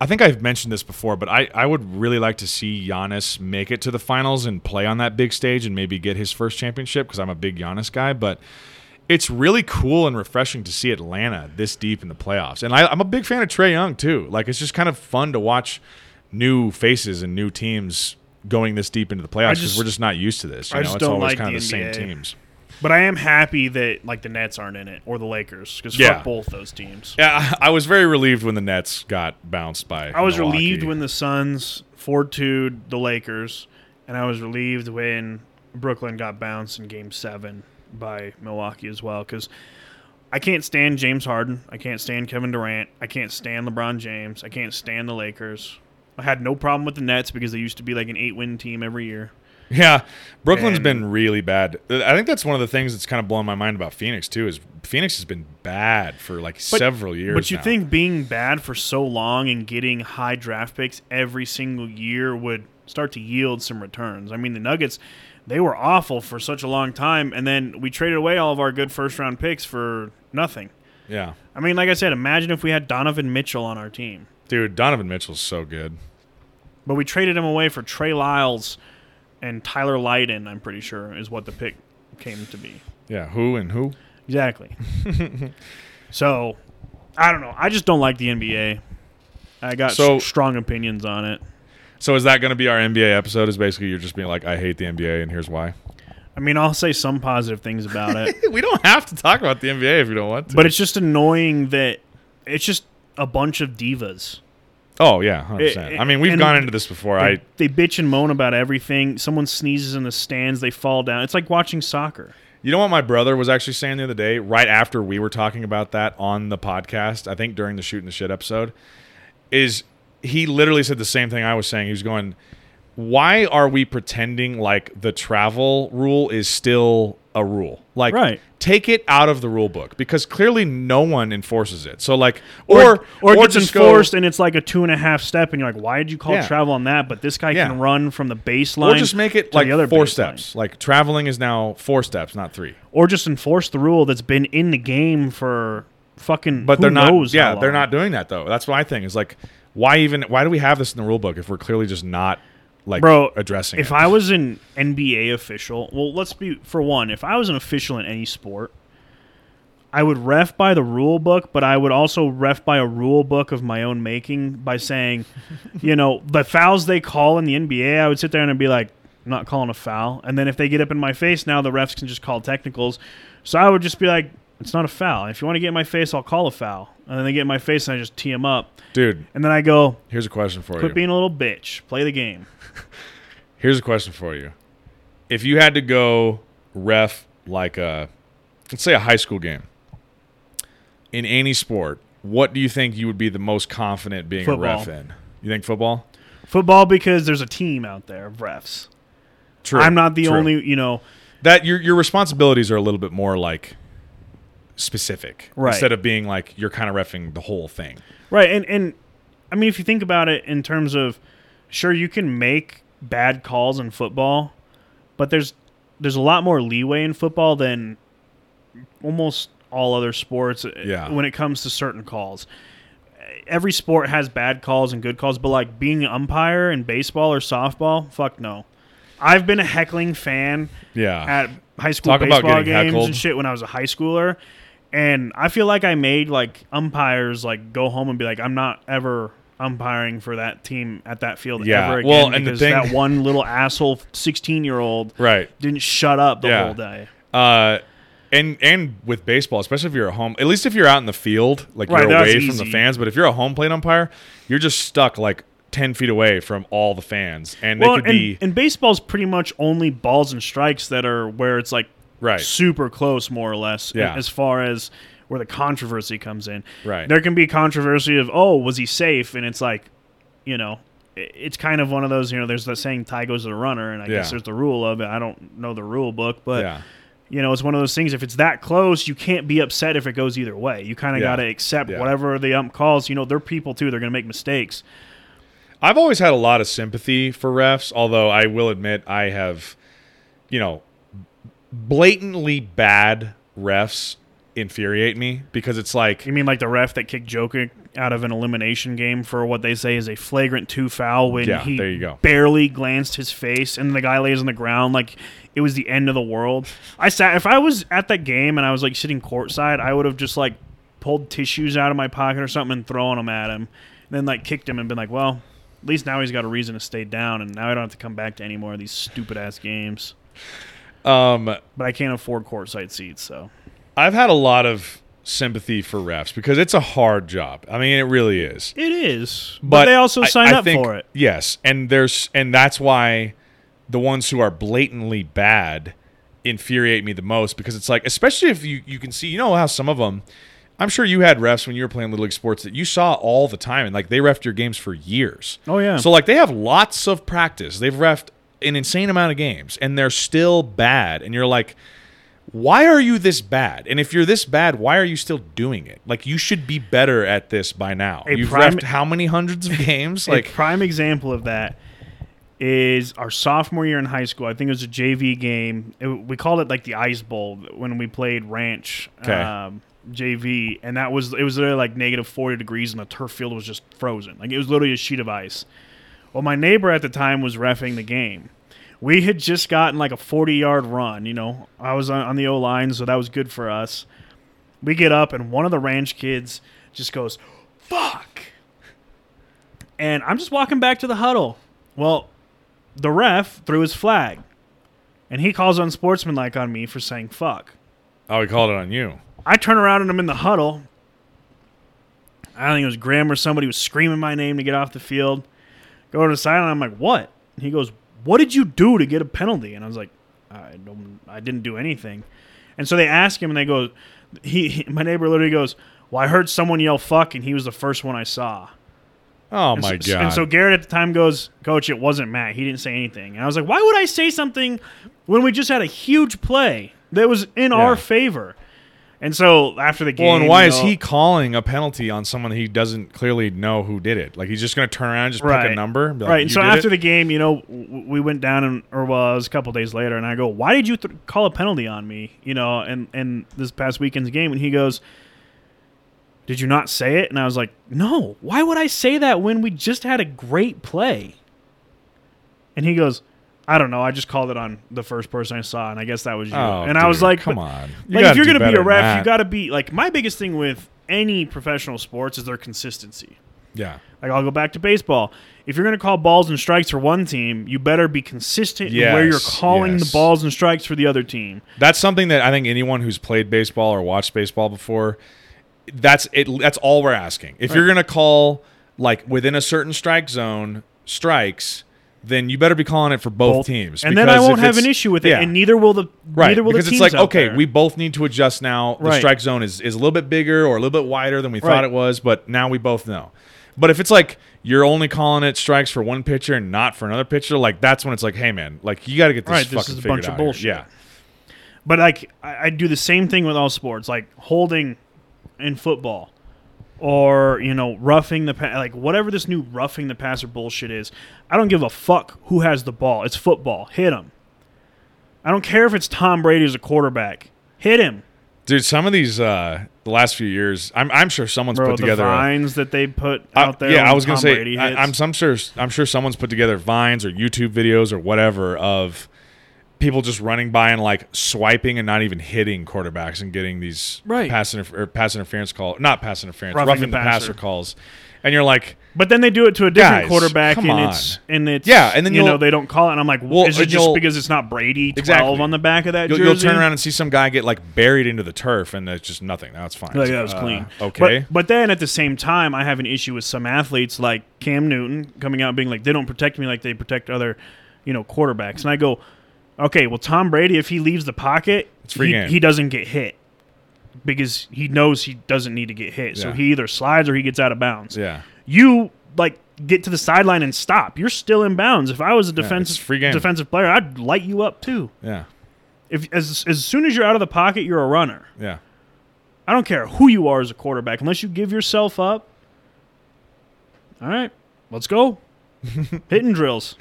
B: i think i've mentioned this before but I, I would really like to see Giannis make it to the finals and play on that big stage and maybe get his first championship because i'm a big Giannis guy but it's really cool and refreshing to see atlanta this deep in the playoffs and I, i'm a big fan of trey young too like it's just kind of fun to watch new faces and new teams going this deep into the playoffs because
A: just-
B: we're just not used to this you
A: I
B: know
A: just
B: it's
A: don't
B: always
A: like
B: kind of
A: the
B: the same
A: NBA.
B: teams
A: But I am happy that like the Nets aren't in it or the Lakers because
B: Yeah.
A: fuck both those teams.
B: yeah, I I was very relieved when the Nets got bounced by.
A: I was
B: Milwaukee.
A: relieved when the Suns 4 2 the Lakers, and I was relieved when Brooklyn got bounced in game seven by Milwaukee as well. Because I can't stand James Harden. I can't stand Kevin Durant. I can't stand LeBron James. I can't stand the Lakers. I had no problem with the Nets because they used to be like an eight win team every year.
B: Yeah, Brooklyn's
A: And-
B: been really bad. Uh, I think that's one of the things that's kind of blown my mind about Phoenix too. Is Phoenix has been bad for like several years.
A: But you
B: now.
A: think being bad for so long and getting high draft picks every single year would start to yield some returns. I mean, the Nuggets, they were awful for such a long time, and then we traded away all of our good first round picks for nothing.
B: Yeah,
A: I mean, like I said, imagine if we had Donovan Mitchell on our team,
B: dude, Donovan Mitchell's so good.
A: but we traded him away for Trey Lyles and Tyler Lydon, I'm pretty sure, is what the pick came to be.
B: Yeah, who and who?
A: Exactly. so, I don't know. I just don't like the NBA. I got
B: So-
A: s- strong opinions on it.
B: So is that going to be our NBA episode? Is basically you're just being like, I hate the NBA, and here's why.
A: I mean, I'll say some positive things about it,
B: we don't have to talk about the NBA if you don't want to.
A: but it's just annoying that it's just a bunch of divas.
B: oh yeah, hundred percent.
A: It-
B: I mean, we've
A: and-
B: gone into this before. I
A: They bitch and moan about everything. Someone sneezes in the stands, they fall down. It's like watching soccer.
B: You know what my brother was actually saying the other day, right after we were talking about that on the podcast, I think during the shooting the shit episode, is he literally said the same thing I was saying. He was going, Why are we pretending like the travel rule is still a rule? Like
A: Right.
B: take it out of the rule book because clearly no one enforces it. So like
A: Or
B: or
A: or, it gets
B: just go-
A: enforced, and it's like a two and a half step, and you're like, why did you call
B: Yeah.
A: travel on that? But this guy
B: Yeah.
A: can run from the baseline.
B: or just make it
A: to
B: like
A: the other
B: four
A: baseline.
B: steps. Like traveling is now four steps, not three.
A: or just enforce the rule that's been in the game for fucking.
B: But
A: who
B: they're not.
A: knows
B: yeah,
A: how
B: they're
A: long.
B: not doing that though. That's my thing. Is like, why even? Why do we have this in the rule book if we're clearly just not like
A: bro
B: addressing
A: if
B: it?
A: i was an nba official well let's be for one if i was an official in any sport i would ref by the rule book but i would also ref by a rule book of my own making by saying you know the fouls they call in the nba i would sit there and I'd be like I'm not calling a foul and then if they get up in my face now the refs can just call technicals so i would just be like it's not a foul if you want to get in my face i'll call a foul and then they get in my face and i just tee them up
B: dude,
A: and then i go
B: here's a question for
A: quit
B: you.
A: being a little bitch play the game
B: here's a question for you. If you had to go ref like a let's say a high school game in any sport, what do you think you would be the most confident being a ref
A: Football.
B: in? You think football?
A: Football because there's a team out there of refs.
B: True.
A: I'm not the
B: True.
A: only, you know,
B: that your your responsibilities are a little bit more like specific
A: Right.
B: instead of being like you're kind of refing the whole thing.
A: Right, and and I mean, if you think about it in terms of, sure, you can make bad calls in football, but there's there's a lot more leeway in football than almost all other sports. uh,
B: Yeah.
A: when it comes to certain calls, every sport has bad calls and good calls, but like being an umpire in baseball or softball, fuck no. I've been a heckling fan
B: Yeah.
A: at high school
B: Talk about
A: baseball
B: getting
A: games
B: heckled.
A: and shit when I was a high schooler. And I feel like I made like umpires like go home and be like, I'm not ever umpiring for that team at that field
B: Yeah.
A: ever again
B: Well, and the
A: because
B: thing-
A: that one little asshole 16 year old
B: right.
A: didn't shut up the
B: Yeah.
A: whole day.
B: Uh, and and with baseball, especially if you're at home, at least if you're out in the field, like
A: Right,
B: you're
A: that's
B: away from the
A: easy.
B: fans. But if you're a home plate umpire, you're just stuck like ten feet away from all the fans, and
A: Well,
B: they could
A: and,
B: be
A: and baseball's pretty much only balls and strikes that are where it's like
B: right.
A: super close, more or less,
B: Yeah.
A: as far as where the controversy comes in.
B: Right.
A: There can be controversy of, oh, was he safe? And it's like, you know, i- it's kind of one of those, you know, there's the saying, tie goes to the runner, and I
B: Yeah.
A: guess there's the rule of it. I don't know the rule book, but,
B: Yeah,
A: you know, it's one of those things. If it's that close, you can't be upset if it goes either way. You kind of
B: Yeah.
A: got to accept
B: Yeah.
A: whatever the ump calls. You know, they're people too, they're going to make mistakes.
B: I've always had a lot of sympathy for refs, although I will admit I have, you know, blatantly bad refs infuriate me because it's like
A: You mean like the ref that kicked Jokic out of an elimination game for what they say is a flagrant two foul when
B: Yeah,
A: he
B: there you go.
A: barely glanced his face and the guy lays on the ground like it was the end of the world. I sat if I was at that game and I was like sitting courtside, I would have just like pulled tissues out of my pocket or something and thrown them at him, and then like kicked him and been like, well. At least now he's got a reason to stay down, and now I don't have to come back to any more of these stupid ass games.
B: um
A: But I can't afford courtside seats, so
B: I've had a lot of sympathy for refs because it's a hard job. I mean, it really is.
A: it is. But,
B: But
A: they also
B: I-
A: signed
B: I
A: up
B: think-
A: for it.
B: Yes, and there's and that's why the ones who are blatantly bad infuriate me the most because it's like, especially if you you can see, you know how some of them. I'm sure you had refs when you were playing little league sports that you saw all the time, and like they refed your games for years.
A: Oh, yeah.
B: So like they have lots of practice. They've refed an insane amount of games, and they're still bad. And you're like, why are you this bad? And if you're this bad, why are you still doing it? Like you should be better at this by now.
A: A
B: You've
A: prime-
B: refed how many hundreds of games? Like
A: a prime example of that is our sophomore year in high school. I think it was a JV game. It- we called it like the Ice Bowl when we played Ranch
B: Okay.
A: um, JV, and that was it was literally like negative forty degrees, and the turf field was just frozen. Like it was literally a sheet of ice. Well, my neighbor at the time was refing the game. We had just gotten like a forty-yard run. You know, I was on, on the O line, so that was good for us. We get up, and one of the ranch kids just goes, "Fuck!" And I'm just walking back to the huddle. Well, the ref threw his flag, and he calls unsportsmanlike on me for saying "fuck."
B: Oh, we called it on you.
A: I turn around and I'm in the huddle. I think it was Graham or somebody was screaming my name to get off the field. Go to the side and I'm like, "What?" And he goes, "What did you do to get a penalty?" And I was like, "I don't, I didn't do anything." And so they ask him, and they go, "He, he- my neighbor literally goes." Well, I heard someone yell "fuck," and he was the first one I saw.
B: Oh
A: And
B: my
A: so,
B: god.
A: And so Garrett at the time goes, "Coach, it wasn't Matt. He didn't say anything." And I was like, "Why would I say something when we just had a huge play that was in
B: Yeah.
A: our favor?" And so after the game,
B: well, and why
A: you
B: is
A: know-
B: he calling a penalty on someone he doesn't clearly know who did it? Like he's just going to turn around, and just pick a
A: Right.
B: number, and be like,
A: right. And
B: "You
A: so
B: did
A: after
B: it?"
A: the game, you know, w- we went down, and or well, it was a couple days later, and I go, "Why did you th- call a penalty on me?" You know, and and this past weekend's game, and he goes, "Did you not say it?" And I was like, "No. Why would I say that when we just had a great play?" And he goes. I don't know. I just called it on the first person I saw, and I guess that was you.
B: Oh,
A: and I was
B: dude,
A: like,
B: "Come
A: but-
B: on, You
A: like
B: gotta
A: if you're
B: do
A: gonna be
B: better
A: a
B: than
A: ref,
B: that.
A: you got to be like my biggest thing with any professional sports is their consistency.
B: yeah,
A: Like I'll go back to baseball. If you're going to call balls and strikes for one team, you better be consistent in where you're
B: Yes,
A: calling
B: yes.
A: the balls and strikes for the other team.
B: that's something that I think anyone who's played baseball or watched baseball before, that's it. That's all we're asking. If you're going to call like within a certain strike zone strikes, then you better be calling it for both,
A: Both.
B: teams.
A: and then I
B: because
A: won't
B: if
A: have
B: it's-
A: an issue with it,
B: yeah.
A: and neither will the
B: Right,
A: neither will
B: because
A: the teams
B: it's like
A: out
B: okay,
A: there.
B: we both need to adjust now. The
A: Right.
B: strike zone is, is a little bit bigger or a little bit wider than we
A: Right.
B: thought it was, but now we both know. But if it's like you're only calling it strikes for one pitcher and not for another pitcher, like that's when it's like, hey man, like you got to get this
A: Right,
B: fucking
A: this is a
B: figured
A: bunch of
B: out here.
A: bullshit.
B: Yeah,
A: But like I, I do the same thing with all sports, like holding in football, or you know roughing the pa- like whatever this new roughing the passer bullshit is. I don't give a fuck who has the ball. It's football. Hit him. I don't care if it's Tom Brady as a quarterback. Hit him,
B: dude. Some of these uh, the last few years, I'm I'm sure someone's
A: bro.
B: put
A: The
B: together. a-
A: vines that they put
B: I-
A: out there.
B: yeah, I
A: when
B: was gonna
A: Tom
B: say
A: Brady
B: I,
A: hits.
B: I'm some sure I'm sure someone's put together vines or YouTube videos or whatever of people just running by and like swiping and not even hitting quarterbacks and getting these
A: Right.
B: pass interf- or pass interference call not pass interference
A: Roughing
B: roughing,
A: the
B: the
A: passer.
B: passer. calls, and you're like,
A: But then they do it to a different
B: Guys,
A: quarterback,
B: come
A: and
B: on.
A: it's and it's
B: Yeah, and then
A: you know
B: you'll-
A: they don't call it. And I'm like,
B: Well,
A: is it
B: and
A: just
B: you'll-
A: because it's not Brady twelve
B: Exactly.
A: on the back of that
B: you'll,
A: jersey?
B: you'll turn around and see some guy get like buried into the turf and it's just nothing. That's fine.
A: Like, that was
B: Uh,
A: clean.
B: Okay.
A: But, but then at the same time, I have an issue with some athletes like Cam Newton coming out and being like, they don't protect me like they protect other, you know, quarterbacks. And I go, okay, well, Tom Brady, if he leaves the pocket,
B: free
A: he,
B: game.
A: he doesn't get hit because he knows he doesn't need to get hit. So
B: Yeah.
A: he either slides or he gets out of bounds.
B: yeah.
A: You like get to the sideline and stop. You're still in bounds. If I was a defensive
B: free game.
A: defensive player, I'd light you up too.
B: Yeah.
A: If as as soon as you're out of the pocket, you're a runner.
B: Yeah.
A: I don't care who you are as a quarterback, unless you give yourself up. All right, let's go. Hitting drills.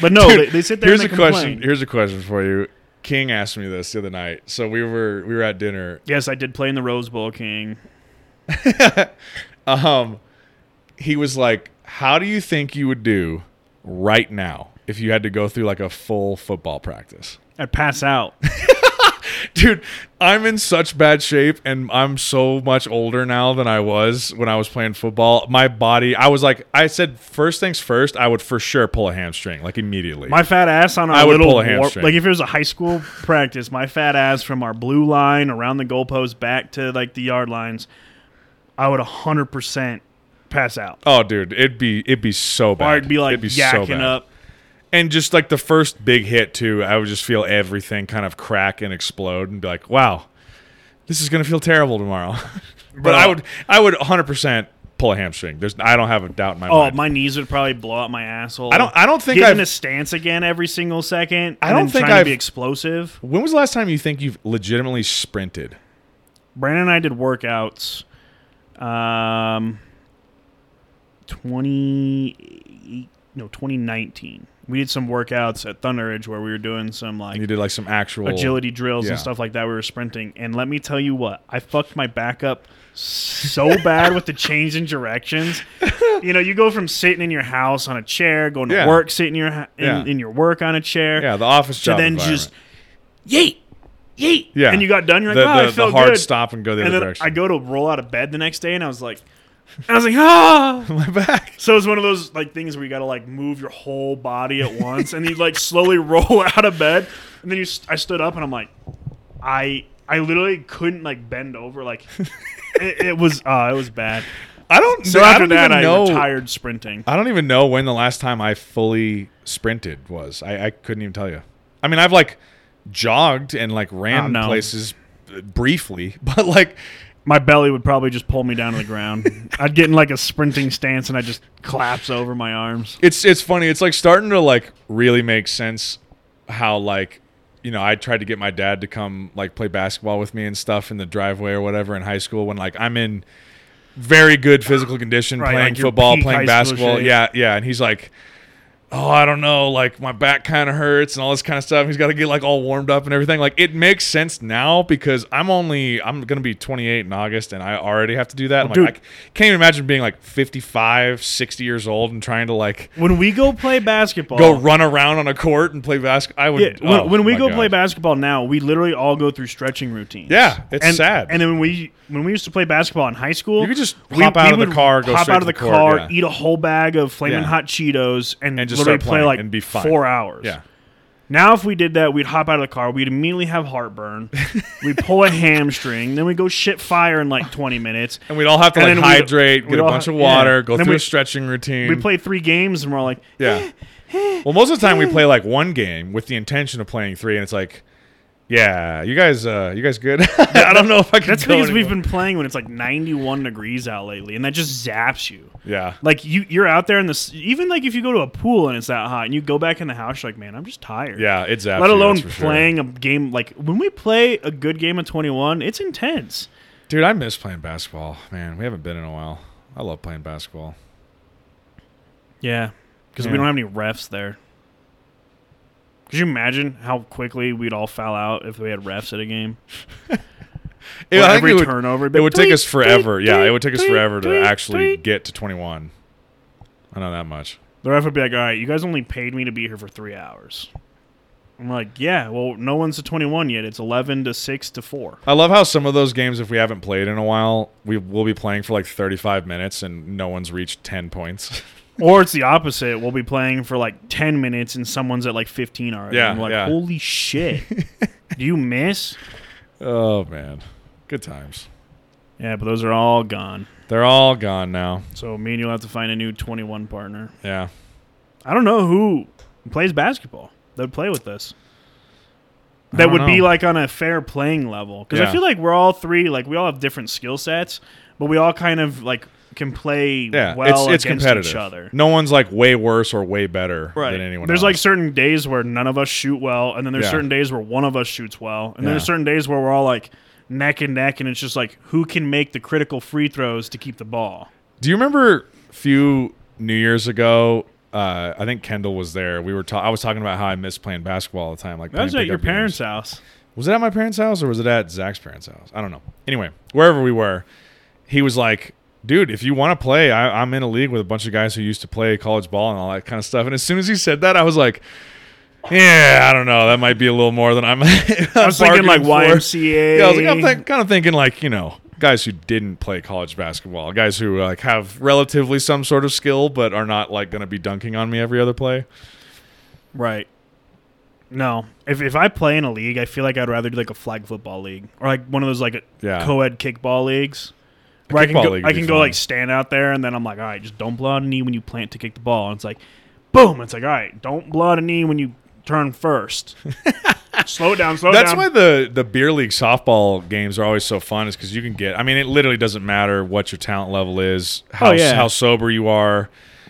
A: But no, they, they sit there
B: Here's
A: and
B: a
A: they complain.
B: question. Here's a question for you. King asked me this the other night. So we were we were at dinner
A: Yes, I did play in the Rose Bowl, King.
B: um, he was like, "How do you think you would do right now if you had to go through like a full football practice?"
A: I'd pass out.
B: Dude, I'm in such bad shape, and I'm so much older now than I was when I was playing football. My body, I was like, I said, first things first, I would for sure pull a hamstring like immediately.
A: My fat ass on our
B: I would
A: little
B: pull a
A: war-
B: hamstring.
A: like if it was a high school practice, my fat ass from our blue line around the goalpost back to like the yard lines, I would hundred percent pass out.
B: oh, dude, it'd be it'd be so bad.
A: Or I'd be like
B: it'd be so
A: yakking
B: bad.
A: up.
B: and just like the first big hit too i would just feel everything kind of crack and explode and be like wow this is going to feel terrible tomorrow but
A: Bro.
B: i would i would 100% pull a hamstring there's i don't have a doubt in my
A: Oh,
B: mind
A: my knees would probably blow out my asshole.
B: i don't i don't think
A: get
B: i've
A: in a stance again every single second. I
B: don't think
A: trying to
B: I've-
A: be explosive.
B: when was the last time you think you've legitimately sprinted
A: Brandon and I did workouts. Um, twenty no twenty nineteen. We did some workouts at Thunder Ridge where we were doing some like
B: you did like some actual
A: agility drills
B: Yeah.
A: and stuff like that. We were sprinting, and let me tell you what, I fucked my back up so bad with the change in directions. You know, you go from sitting in your house on a chair, going to
B: Yeah.
A: work, sitting your ha- in,
B: Yeah.
A: in your work on a chair,
B: yeah the office
A: to
B: job
A: then just yeet, yeet,
B: yeah
A: and you got done. You're like,
B: the,
A: oh,
B: the,
A: I felt
B: the hard
A: good.
B: stop and go the
A: and
B: other
A: then
B: direction
A: I go to roll out of bed the next day, and I was like, I was like, ah.
B: my back
A: So it's one of those like things where you got to like move your whole body at once, and you like slowly roll out of bed, and then you. St- I stood up, and I'm like, I I literally couldn't like bend over. Like it, it was uh, it was bad.
B: i don't
A: So
B: dude, I
A: after
B: don't
A: that,
B: even
A: I
B: know
A: retired sprinting.
B: I don't even know when the last time I fully sprinted was. I, I couldn't even tell you. I mean, I've like jogged and like
A: Oh,
B: ran
A: no.
B: places uh, briefly, but like
A: My belly would probably just pull me down to the ground. I'd get in like a sprinting stance, and I just collapse over my arms.
B: it's it's funny. It's like starting to like really make sense how like you know I tried to get my dad to come like play basketball with me and stuff in the driveway or whatever in high school when like I'm in very good physical condition
A: Right,
B: playing
A: like your
B: football,
A: peak high
B: playing
A: school
B: basketball.
A: shape.
B: Yeah, yeah, and he's like. Oh, I don't know. Like my back kind of hurts and all this kind of stuff. He's got to get like all warmed up and everything. Like it makes sense now because I'm only I'm gonna be 28 in August and I already have to do that. I'm
A: dude.
B: like I c- can't even imagine being like 55, 60 years old and trying to like
A: When we go play basketball,
B: go run around on a court and play basketball. I would.
A: Oh. Yeah, when,
B: oh,
A: when we
B: my
A: go
B: God.
A: play basketball now, we literally all go through stretching routines.
B: Yeah, it's
A: and,
B: sad.
A: And then when we when we used to play basketball in high school,
B: You could just hop out of the
A: would
B: car, go
A: hop
B: straight
A: out of
B: to
A: the,
B: the court,
A: car,
B: yeah.
A: eat a whole bag of flaming
B: Yeah.
A: hot Cheetos, and,
B: And just
A: literally
B: start
A: play
B: playing
A: like
B: and be fine.
A: four hours.
B: yeah,
A: Now, if we did that, we'd hop out of the car, we'd immediately have heartburn, we'd pull a hamstring, then we would go shit fire in like twenty minutes.
B: and we'd all have to
A: And
B: like
A: then we'd-
B: hydrate,
A: we'd
B: get a
A: all
B: bunch
A: ha-
B: of water,
A: yeah.
B: go
A: And then
B: through
A: we-
B: a stretching routine.
A: We play three games, and we're all like,
B: Yeah. Well, most of the time we play like one game with the intention of playing three, and it's like, yeah, you guys, uh, you guys good? I don't know if I can.
A: That's
B: go
A: because we've
B: anymore.
A: been playing when it's like 91 degrees out lately, and that just zaps you.
B: Yeah,
A: Like you, you're out there in this. Even like if you go to a pool and it's that hot, and you go back in the house, you're like, man, I'm just tired.
B: yeah, it's
A: Let alone playing a game like when we play a good game of 21, it's intense.
B: Dude, I miss playing basketball. Man, we haven't been in a while. I love playing basketball.
A: Yeah, because
B: Yeah.
A: we don't have any refs there. Could you imagine how quickly we'd all foul out if we had refs at a game? Or
B: I think
A: every
B: it would,
A: turnover,
B: it would take us
A: tweet,
B: forever.
A: tweet,
B: yeah, it
A: tweet,
B: would take us
A: tweet,
B: forever to
A: tweet,
B: actually
A: tweet.
B: get to 21. I know that much.
A: The ref would be like, "All right, you guys only paid me to be here for three hours." I'm like, "Yeah, well, no one's to 21 yet. It's 11 to six to four.
B: I love how some of those games, if we haven't played in a while, we will be playing for like 35 minutes and no one's reached 10 points.
A: Or it's the opposite. We'll be playing for like 10 minutes and someone's at like 15 already.
B: Yeah,
A: I'm like,
B: yeah.
A: holy shit. Do you miss?
B: oh, man. Good times.
A: Yeah, but those are all gone.
B: They're all gone now.
A: So me and you'll have to find a new 21 partner.
B: Yeah.
A: I don't know who plays basketball that would play with us.
B: I
A: That
B: don't
A: would be
B: know.
A: like on a fair playing level. Because
B: Yeah.
A: I feel like we're all three, like we all have different skill sets, but we all kind of like can play
B: Yeah.
A: well
B: it's it's
A: against
B: competitive.
A: each other.
B: No one's like way worse or way better
A: right.
B: than anyone
A: there's
B: else.
A: like certain days where none of us shoot well, and then there's
B: Yeah.
A: certain days where one of us shoots well, and then
B: Yeah.
A: there's certain days where we're all like neck and neck, and it's just like who can make the critical free throws to keep the ball.
B: Do you remember a few New Year's ago? Uh, I think Kendall was there. We were ta- I was talking about how I miss playing basketball all the time. Like
A: That was
B: playing
A: at your
B: pickup games.
A: parents' house.
B: Was it at my parents' house or was it at Zach's parents' house? I don't know. Anyway, wherever we were, he was like, dude, if you want to play, I, I'm in a league with a bunch of guys who used to play college ball and all that kind of stuff. And as soon as he said that, I was like, yeah, I don't know. That might be a little more than I'm.
A: I was thinking like YMCA.
B: Yeah, I was like, I'm think, kind of thinking like you know guys who didn't play college basketball, guys who like have relatively some sort of skill but are not like going to be dunking on me every other play.
A: Right. No, if if I play in a league, I feel like I'd rather do like a flag football league or like one of those like
B: Yeah.
A: co-ed kickball leagues. Where I can
B: kickball
A: go,
B: league would
A: I
B: be
A: can go
B: fun.
A: like stand out there, and then I'm like, all right, just don't blow out a knee when you plant to kick the ball. And it's like, boom! It's like, all right, don't blow out a knee when you turn first. slow it down, slow it
B: That's
A: down.
B: why the the beer league softball games are always so fun, is because you can get. I mean, it literally doesn't matter what your talent level is, how
A: Oh, yeah.
B: how sober you are,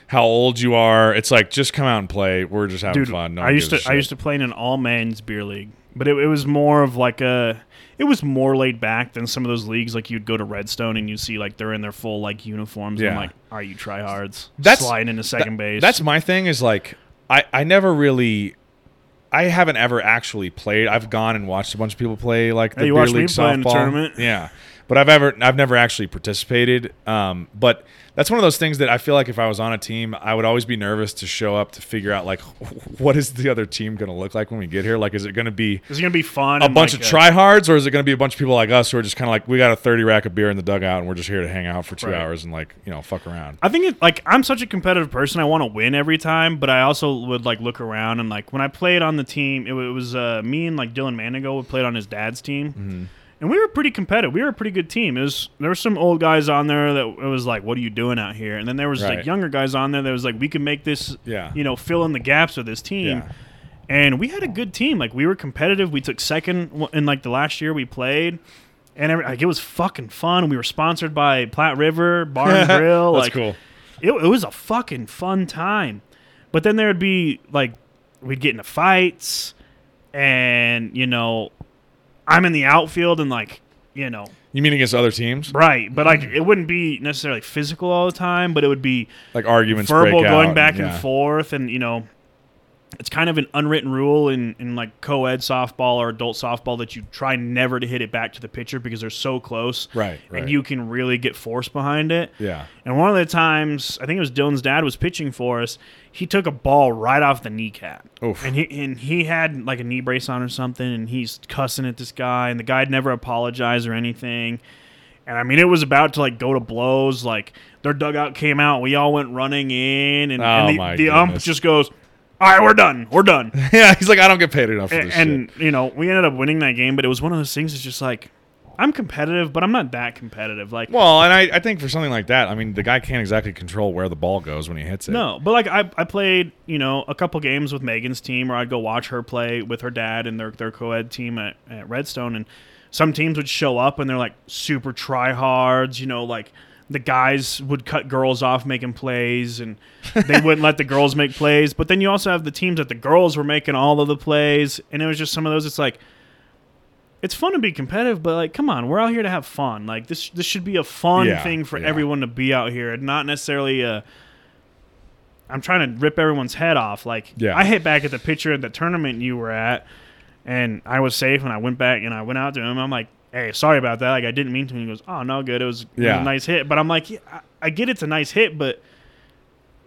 B: how old you are. It's like just come out and play. We're just having
A: Dude,
B: fun. No
A: I used to I used to play in an all men's beer league, but it, it was more of like a it was more laid back than some of those leagues. Like you'd go to Redstone and you see like they're in their full like uniforms. And
B: Yeah.
A: I'm like, are you tryhards?
B: That's-
A: sliding into second base.
B: That's my thing is like I I never really I haven't ever actually played. I've gone and watched a bunch of people play like the
A: Hey, you
B: beer
A: watched me
B: league
A: play in
B: softball
A: a tournament.
B: Yeah. But I've ever I've never actually participated. Um, but that's one of those things that I feel like if I was on a team, I would always be nervous to show up to figure out like what is the other team going to look like when we get here? Like is it going to be
A: it's gonna be fun.
B: a
A: and,
B: bunch
A: like, uh,
B: of tryhards or is it going to be a bunch of people like us who are just kind of like we got a 30 rack of beer in the dugout and we're just here to hang out for 2
A: Right.
B: hours and like, you know, fuck around.
A: I think it, like I'm such a competitive person. I want to win every time, but I also would like look around and like when I played on the team, it, wa- it was uh, me and like Dylan Manigo. We played on his dad's team,
B: Mm-hmm.
A: and we were pretty competitive. We were a pretty good team. It was there were some old guys on there that it was like, "What are you doing out here?" And then there was
B: Right.
A: like younger guys on there that was like, "We can make this,
B: Yeah.
A: you know, fill in the gaps with this team."
B: Yeah.
A: And we had a good team. Like we were competitive. We took second w- in like the last year we played. And every, like it was fucking fun. We were sponsored by Platte River Bar and Grill.
B: That's
A: like,
B: cool.
A: it, it was a fucking fun time. But then there'd be like we'd get into fights, and you know, I'm in the outfield and like you know,
B: You mean against other teams?
A: right. But like it wouldn't be necessarily physical all the time, but it would be
B: Like arguments
A: verbal
B: break
A: going
B: out,
A: back
B: yeah.
A: and forth, and you know. It's kind of an unwritten rule in, in like co ed softball or adult softball that you try never to hit it back to the pitcher because they're so close.
B: Right, right.
A: And you can really get force behind it.
B: Yeah.
A: And one of the times, I think it was Dylan's dad was pitching for us. He took a ball right off the kneecap,
B: Oof.
A: and he and he had like a knee brace on or something, and he's cussing at this guy, and the guy never apologized or anything. And I mean, it was about to like go to blows. Like their dugout came out, we all went running in, and, and
B: Oh,
A: the,
B: my
A: the ump
B: goodness.
A: just goes, "All right, we're done, we're done."
B: Yeah, he's like, I don't get paid enough for
A: and,
B: this shit.
A: you know, we ended up winning that game, but it was one of those things. It's just like I'm competitive, but I'm not that competitive. Like,
B: Well, and I, I think for something like that, I mean, the guy can't exactly control where the ball goes when he hits it.
A: No, but like I, I played, you know, a couple games with Megan's team, or I'd go watch her play with her dad and their their co-ed team at, at Redstone, and some teams would show up and they're like super tryhards, you know, like the guys would cut girls off making plays and they wouldn't let the girls make plays. But then you also have the teams that the girls were making all of the plays, and it was just some of those. It's like. It's fun to be competitive, but like, come on, we're out here to have fun. Like this, this should be a fun
B: Yeah,
A: thing for
B: yeah.
A: everyone to be out here, and not necessarily a, I'm trying to rip everyone's head off. Like,
B: Yeah.
A: I hit back at the pitcher at the tournament you were at, and I was safe, and I went back and I went out to him. I'm like, hey, sorry about that. Like, I didn't mean to. And he goes, oh, no, good. It was, it was
B: Yeah.
A: a nice hit. But I'm like, yeah, I, I get it's a nice hit, but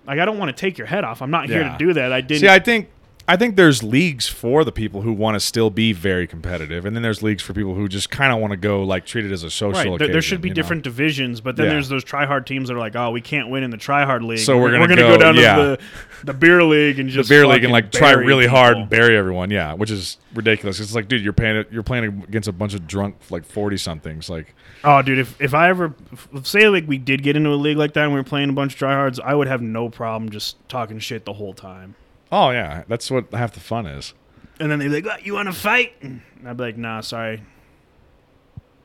A: like, I don't want to take your head off. I'm not here
B: Yeah.
A: to do that. I didn't.
B: See, I think I think there's leagues for the people who want to still be very competitive, and then there's leagues for people who just kind of want to go like treat it as a social.
A: Right, there, there
B: occasion,
A: should be
B: you know?
A: different divisions, but then
B: Yeah.
A: there's those tryhard teams that are like, "Oh, we can't win in the tryhard league,
B: So we're
A: go,
B: gonna go-
A: down
B: yeah.
A: to the, the beer league and just
B: beer league
A: fucking
B: and like try
A: bury
B: really hard
A: people."
B: and bury everyone. Yeah, which is ridiculous. It's like, dude, you're playing you're playing against a bunch of drunk like forty somethings. Like,
A: Oh, dude, if, if I ever if- say like we did get into a league like that and we were playing a bunch of tryhards, I would have no problem just talking shit the whole time.
B: oh yeah, that's what half the fun is.
A: And then they'd be like, "What, "You want to fight?" And I'd be like, "Nah, sorry."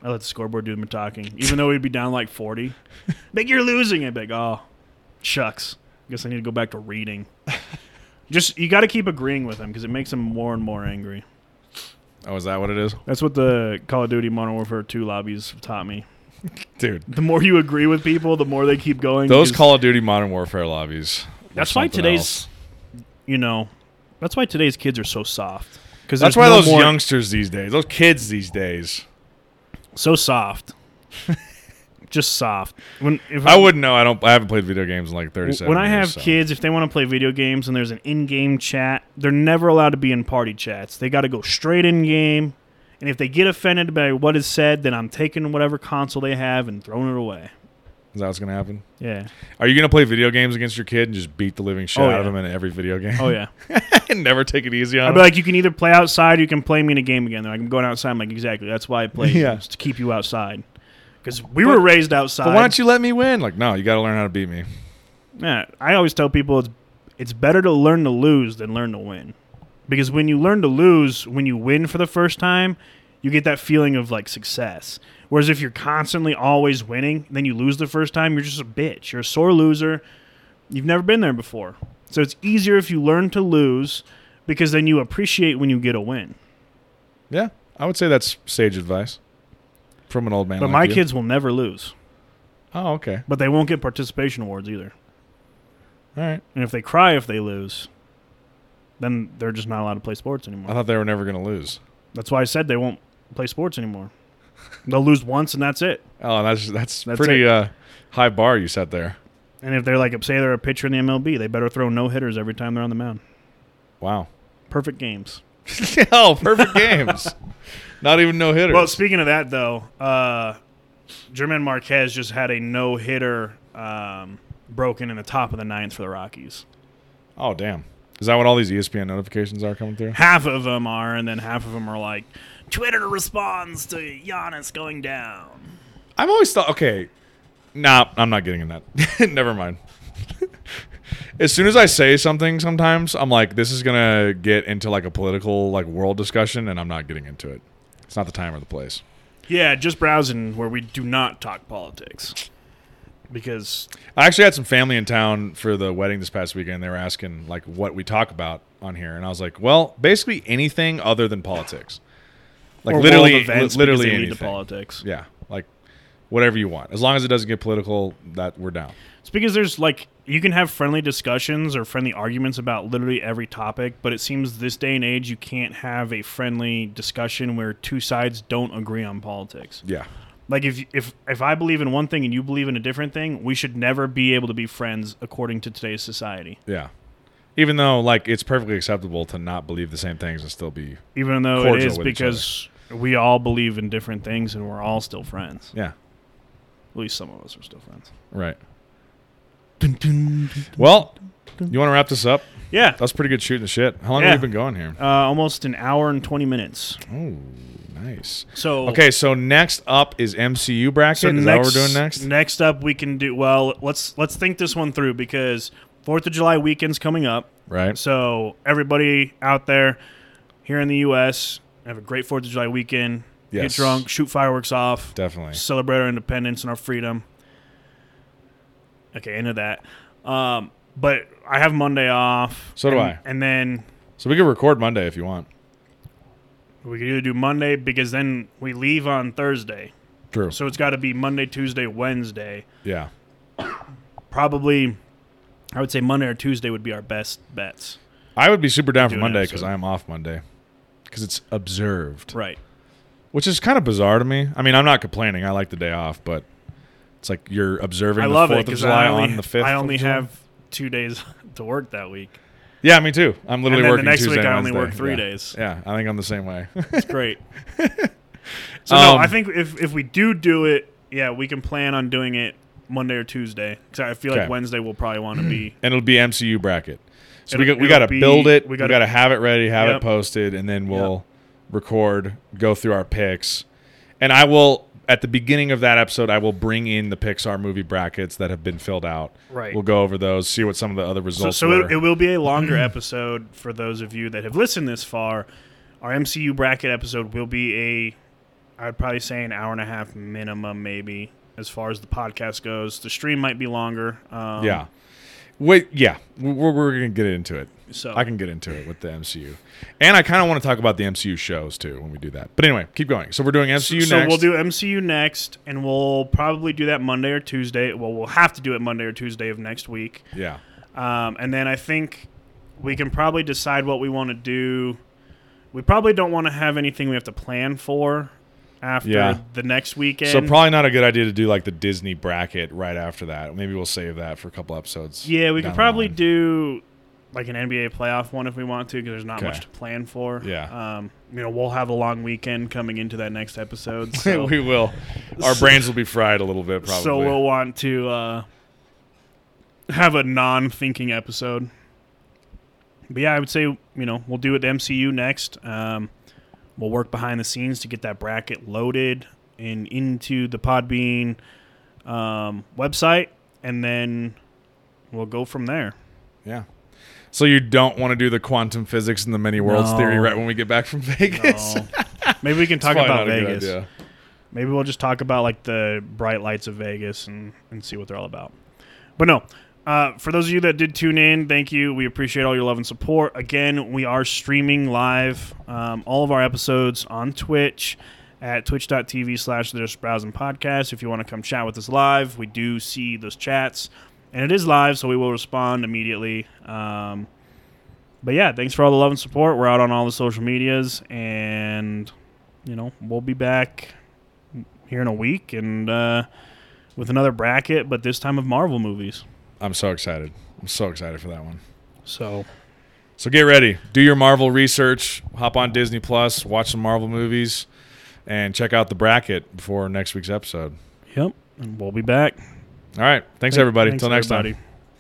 A: I let the scoreboard do my talking, even though we'd be down like forty. like you're losing. I'd be like, "Oh, shucks. Guess I need to go back to reading." just you got to keep agreeing with them because it makes them more and more angry.
B: Oh, is that what it is,
A: That's what the Call of Duty Modern Warfare Two lobbies taught me.
B: dude?
A: The more you agree with people, the more they keep going.
B: Those
A: because-
B: Call of Duty Modern Warfare lobbies. were
A: That's why
B: something
A: today's,
B: else.
A: you know, that's why today's kids are so soft. Because
B: That's why those youngsters these days, those kids these days.
A: so soft, just soft. When if
B: I wouldn't know. I don't. I haven't played video games in like thirty-seven.
A: when I
B: years,
A: have
B: so.
A: kids, if they want to play video games and there's an in-game chat, they're never allowed to be in party chats. They got to go straight in-game. And if they get offended by what is said, then I'm taking whatever console they have and throwing it away.
B: is that what's gonna happen?
A: Yeah.
B: Are you gonna play video games against your kid and just beat the living shit
A: Oh,
B: out of
A: yeah.
B: them in every video game
A: Oh yeah.
B: and never take it easy on
A: I'd be
B: them?
A: like, you can either play outside or you can play me in a game again. They're like, I'm going outside. I'm like, exactly. That's why I play
B: Yeah.
A: is to keep you outside. Because we were raised outside.
B: But why don't you let me win? Like, no, you got to learn how to beat me.
A: Yeah, I always tell people it's it's better to learn to lose than learn to win. Because when you learn to lose, when you win for the first time, you get that feeling of like success. Whereas if you're constantly always winning, then you lose the first time, you're just a bitch. You're a sore loser. You've never been there before. So it's easier if you learn to lose because then you appreciate when you get a win.
B: Yeah, I would say that's sage advice from an old man.
A: But
B: like
A: my
B: you.
A: kids will never lose,
B: Oh, okay.
A: but they won't get participation awards either.
B: All right.
A: And if they cry if they lose, then they're just not allowed to play sports anymore.
B: I thought they were never gonna lose.
A: That's why I said they won't play sports anymore. They'll lose once and that's it.
B: Oh, that's that's,
A: That's
B: pretty
A: it.
B: uh, high bar you set there.
A: And if they're like, say they're a pitcher in the MLB, they better throw no hitters every time they're on the mound.
B: Wow.
A: Perfect games.
B: oh, perfect games. Not even no hitters.
A: Well, speaking of that though, uh, German Marquez just had a no hitter um, broken in the top of the ninth for the Rockies.
B: oh, damn. Is that what all these E ESPN notifications are coming through?
A: Half of them are, and then half of them are like, Twitter responds to Giannis going down.
B: I've always thought, okay, nah, I'm not getting in that. Never mind. as soon as I say something, sometimes I'm like, this is gonna get into like a political like world discussion, and I'm not getting into it. It's not the time or the place.
A: Yeah, just browsing where we do not talk politics because
B: I actually had some family in town for the wedding this past weekend. They were asking like what we talk about on here, and I was like, well, basically anything other than politics. Like
A: or world
B: literally,
A: events
B: li-
A: because
B: literally
A: they lead
B: anything.
A: to politics.
B: Yeah, like whatever you want, as long as it doesn't get political, that we're down.
A: It's because there's like you can have friendly discussions or friendly arguments about literally every topic, but it seems this day and age you can't have a friendly discussion where two sides don't agree on politics.
B: Yeah.
A: Like if if if I believe in one thing and you believe in a different thing, we should never be able to be friends according to today's society.
B: Yeah. Even though like it's perfectly acceptable to not believe the same things and still be
A: Even though it
B: Cordial
A: is
B: with each
A: because we all believe in different things and we're all still friends.
B: Yeah.
A: At least some of us are still friends.
B: Right. Well, you want to wrap this up?
A: Yeah.
B: That was pretty good shooting the shit. How long
A: Yeah.
B: have we been going here?
A: Uh, almost an hour and 20 minutes.
B: Oh, nice.
A: So
B: Okay, so next up is MCU bracket.
A: So
B: is
A: next,
B: that what we're doing next?
A: up, we can do well. Let's let's think this one through because Fourth of July weekend's coming up.
B: right.
A: So everybody out there here in the U.S. have a great Fourth of July weekend.
B: Yes.
A: Get drunk, shoot fireworks off,
B: Definitely.
A: celebrate our independence and our freedom. Okay, end of that. Um, but I have Monday off.
B: So do
A: and-
B: I.
A: And then
B: So we can record Monday if you want.
A: we could either do Monday because then we leave on Thursday.
B: True.
A: So it's got to be Monday, Tuesday, Wednesday.
B: yeah.
A: probably I would say Monday or Tuesday would be our best bets.
B: I would be super down for
A: Do an
B: Monday because
A: episode.
B: I am off Monday. Because it's observed,
A: Right.
B: which is kind of bizarre to me. I mean, I'm not complaining. I like the day off, but it's like you're observing
A: I
B: the
A: love it
B: 4th of
A: because
B: July
A: I only,
B: on the 5th.
A: I
B: of
A: only
B: July.
A: have two days to work that week.
B: Yeah, me too. I'm
A: And then
B: literally
A: the
B: working
A: next
B: Tuesday
A: week
B: and
A: I only
B: Wednesday.
A: work three
B: Yeah.
A: days.
B: Yeah, I think I'm the same way.
A: It's great. so no,
B: Um,
A: I think if if we do do it, yeah, we can plan on doing it Monday or Tuesday because I feel
B: Okay.
A: like Wednesday will probably want to be.
B: and it'll be MCU bracket. So we
A: It'll-
B: got we
A: it'll
B: got to
A: be-
B: build it. We
A: we
B: got
A: gotta-
B: to have it ready, have it
A: Yep.
B: posted, and then we'll record, go through our picks, and I will at the beginning of that episode I will bring in the Pixar movie brackets that have been filled out.
A: Right.
B: We'll go over those, see what some of the other
A: So,
B: results
A: so
B: were.
A: it, it will be a longer episode for those of you that have listened this far. Our MCU bracket episode will be a, I'd probably say an hour and a half minimum, maybe as far as the podcast goes. The stream might be longer. Um,
B: yeah. Wait, yeah, we're, we're gonna get into it.
A: So
B: I can get into it with the MCU, and I kind of want to talk about the MCU shows too when we do that. But anyway, keep going. So we're doing MCU
A: so
B: next.
A: we'll do MCU next, and we'll probably do that Monday or Tuesday. Well, we'll have to do it Monday or Tuesday of next week.
B: yeah,
A: Um, and then I think we can probably decide what we want to do. We probably don't want to have anything we have to plan for after
B: Yeah.
A: the next weekend.
B: So probably not a good idea to do like the Disney bracket right after that. Maybe we'll save that for a couple episodes.
A: yeah, we could
B: down the
A: probably
B: line.
A: do like an NBA playoff one if we want to because there's not
B: Okay.
A: much to plan for.
B: Yeah.
A: Um, you know, we'll have a long weekend coming into that next episode. So,
B: we will. Our brains will be fried a little bit probably.
A: so we'll want to uh, have a non-thinking episode. But yeah, I would say you know we'll do it to MCU next. Um, we'll work behind the scenes to get that bracket loaded and into the Podbean um, website, and then we'll go from there.
B: yeah. So you don't want to do the quantum physics and the many worlds
A: No.
B: theory right when we get back from Vegas?
A: So maybe we can talk
B: Probably
A: about
B: not a good
A: Vegas.
B: idea.
A: Maybe we'll just talk about like the bright lights of Vegas and, and see what they're all about. But no, uh, for those of you that did tune in, thank you. We appreciate all your love and support. Again, we are streaming live um, all of our episodes on Twitch at twitch.tv slash the Browsing Podcast. If you want to come chat with us live, we do see those chats. And it is live, so we will respond immediately. Um, but yeah, thanks for all the love and support. We're out on all the social medias, and you know we'll be back here in a week and uh, with another bracket, but this time of Marvel movies.
B: I'm so excited. I'm so excited for that one.
A: So
B: So get ready. Do your Marvel research. Hop on Disney Plus, watch some Marvel movies, and check out the bracket before next week's episode.
A: yep, and we'll be back.
B: All right. Thanks, everybody. Until next time.
A: time.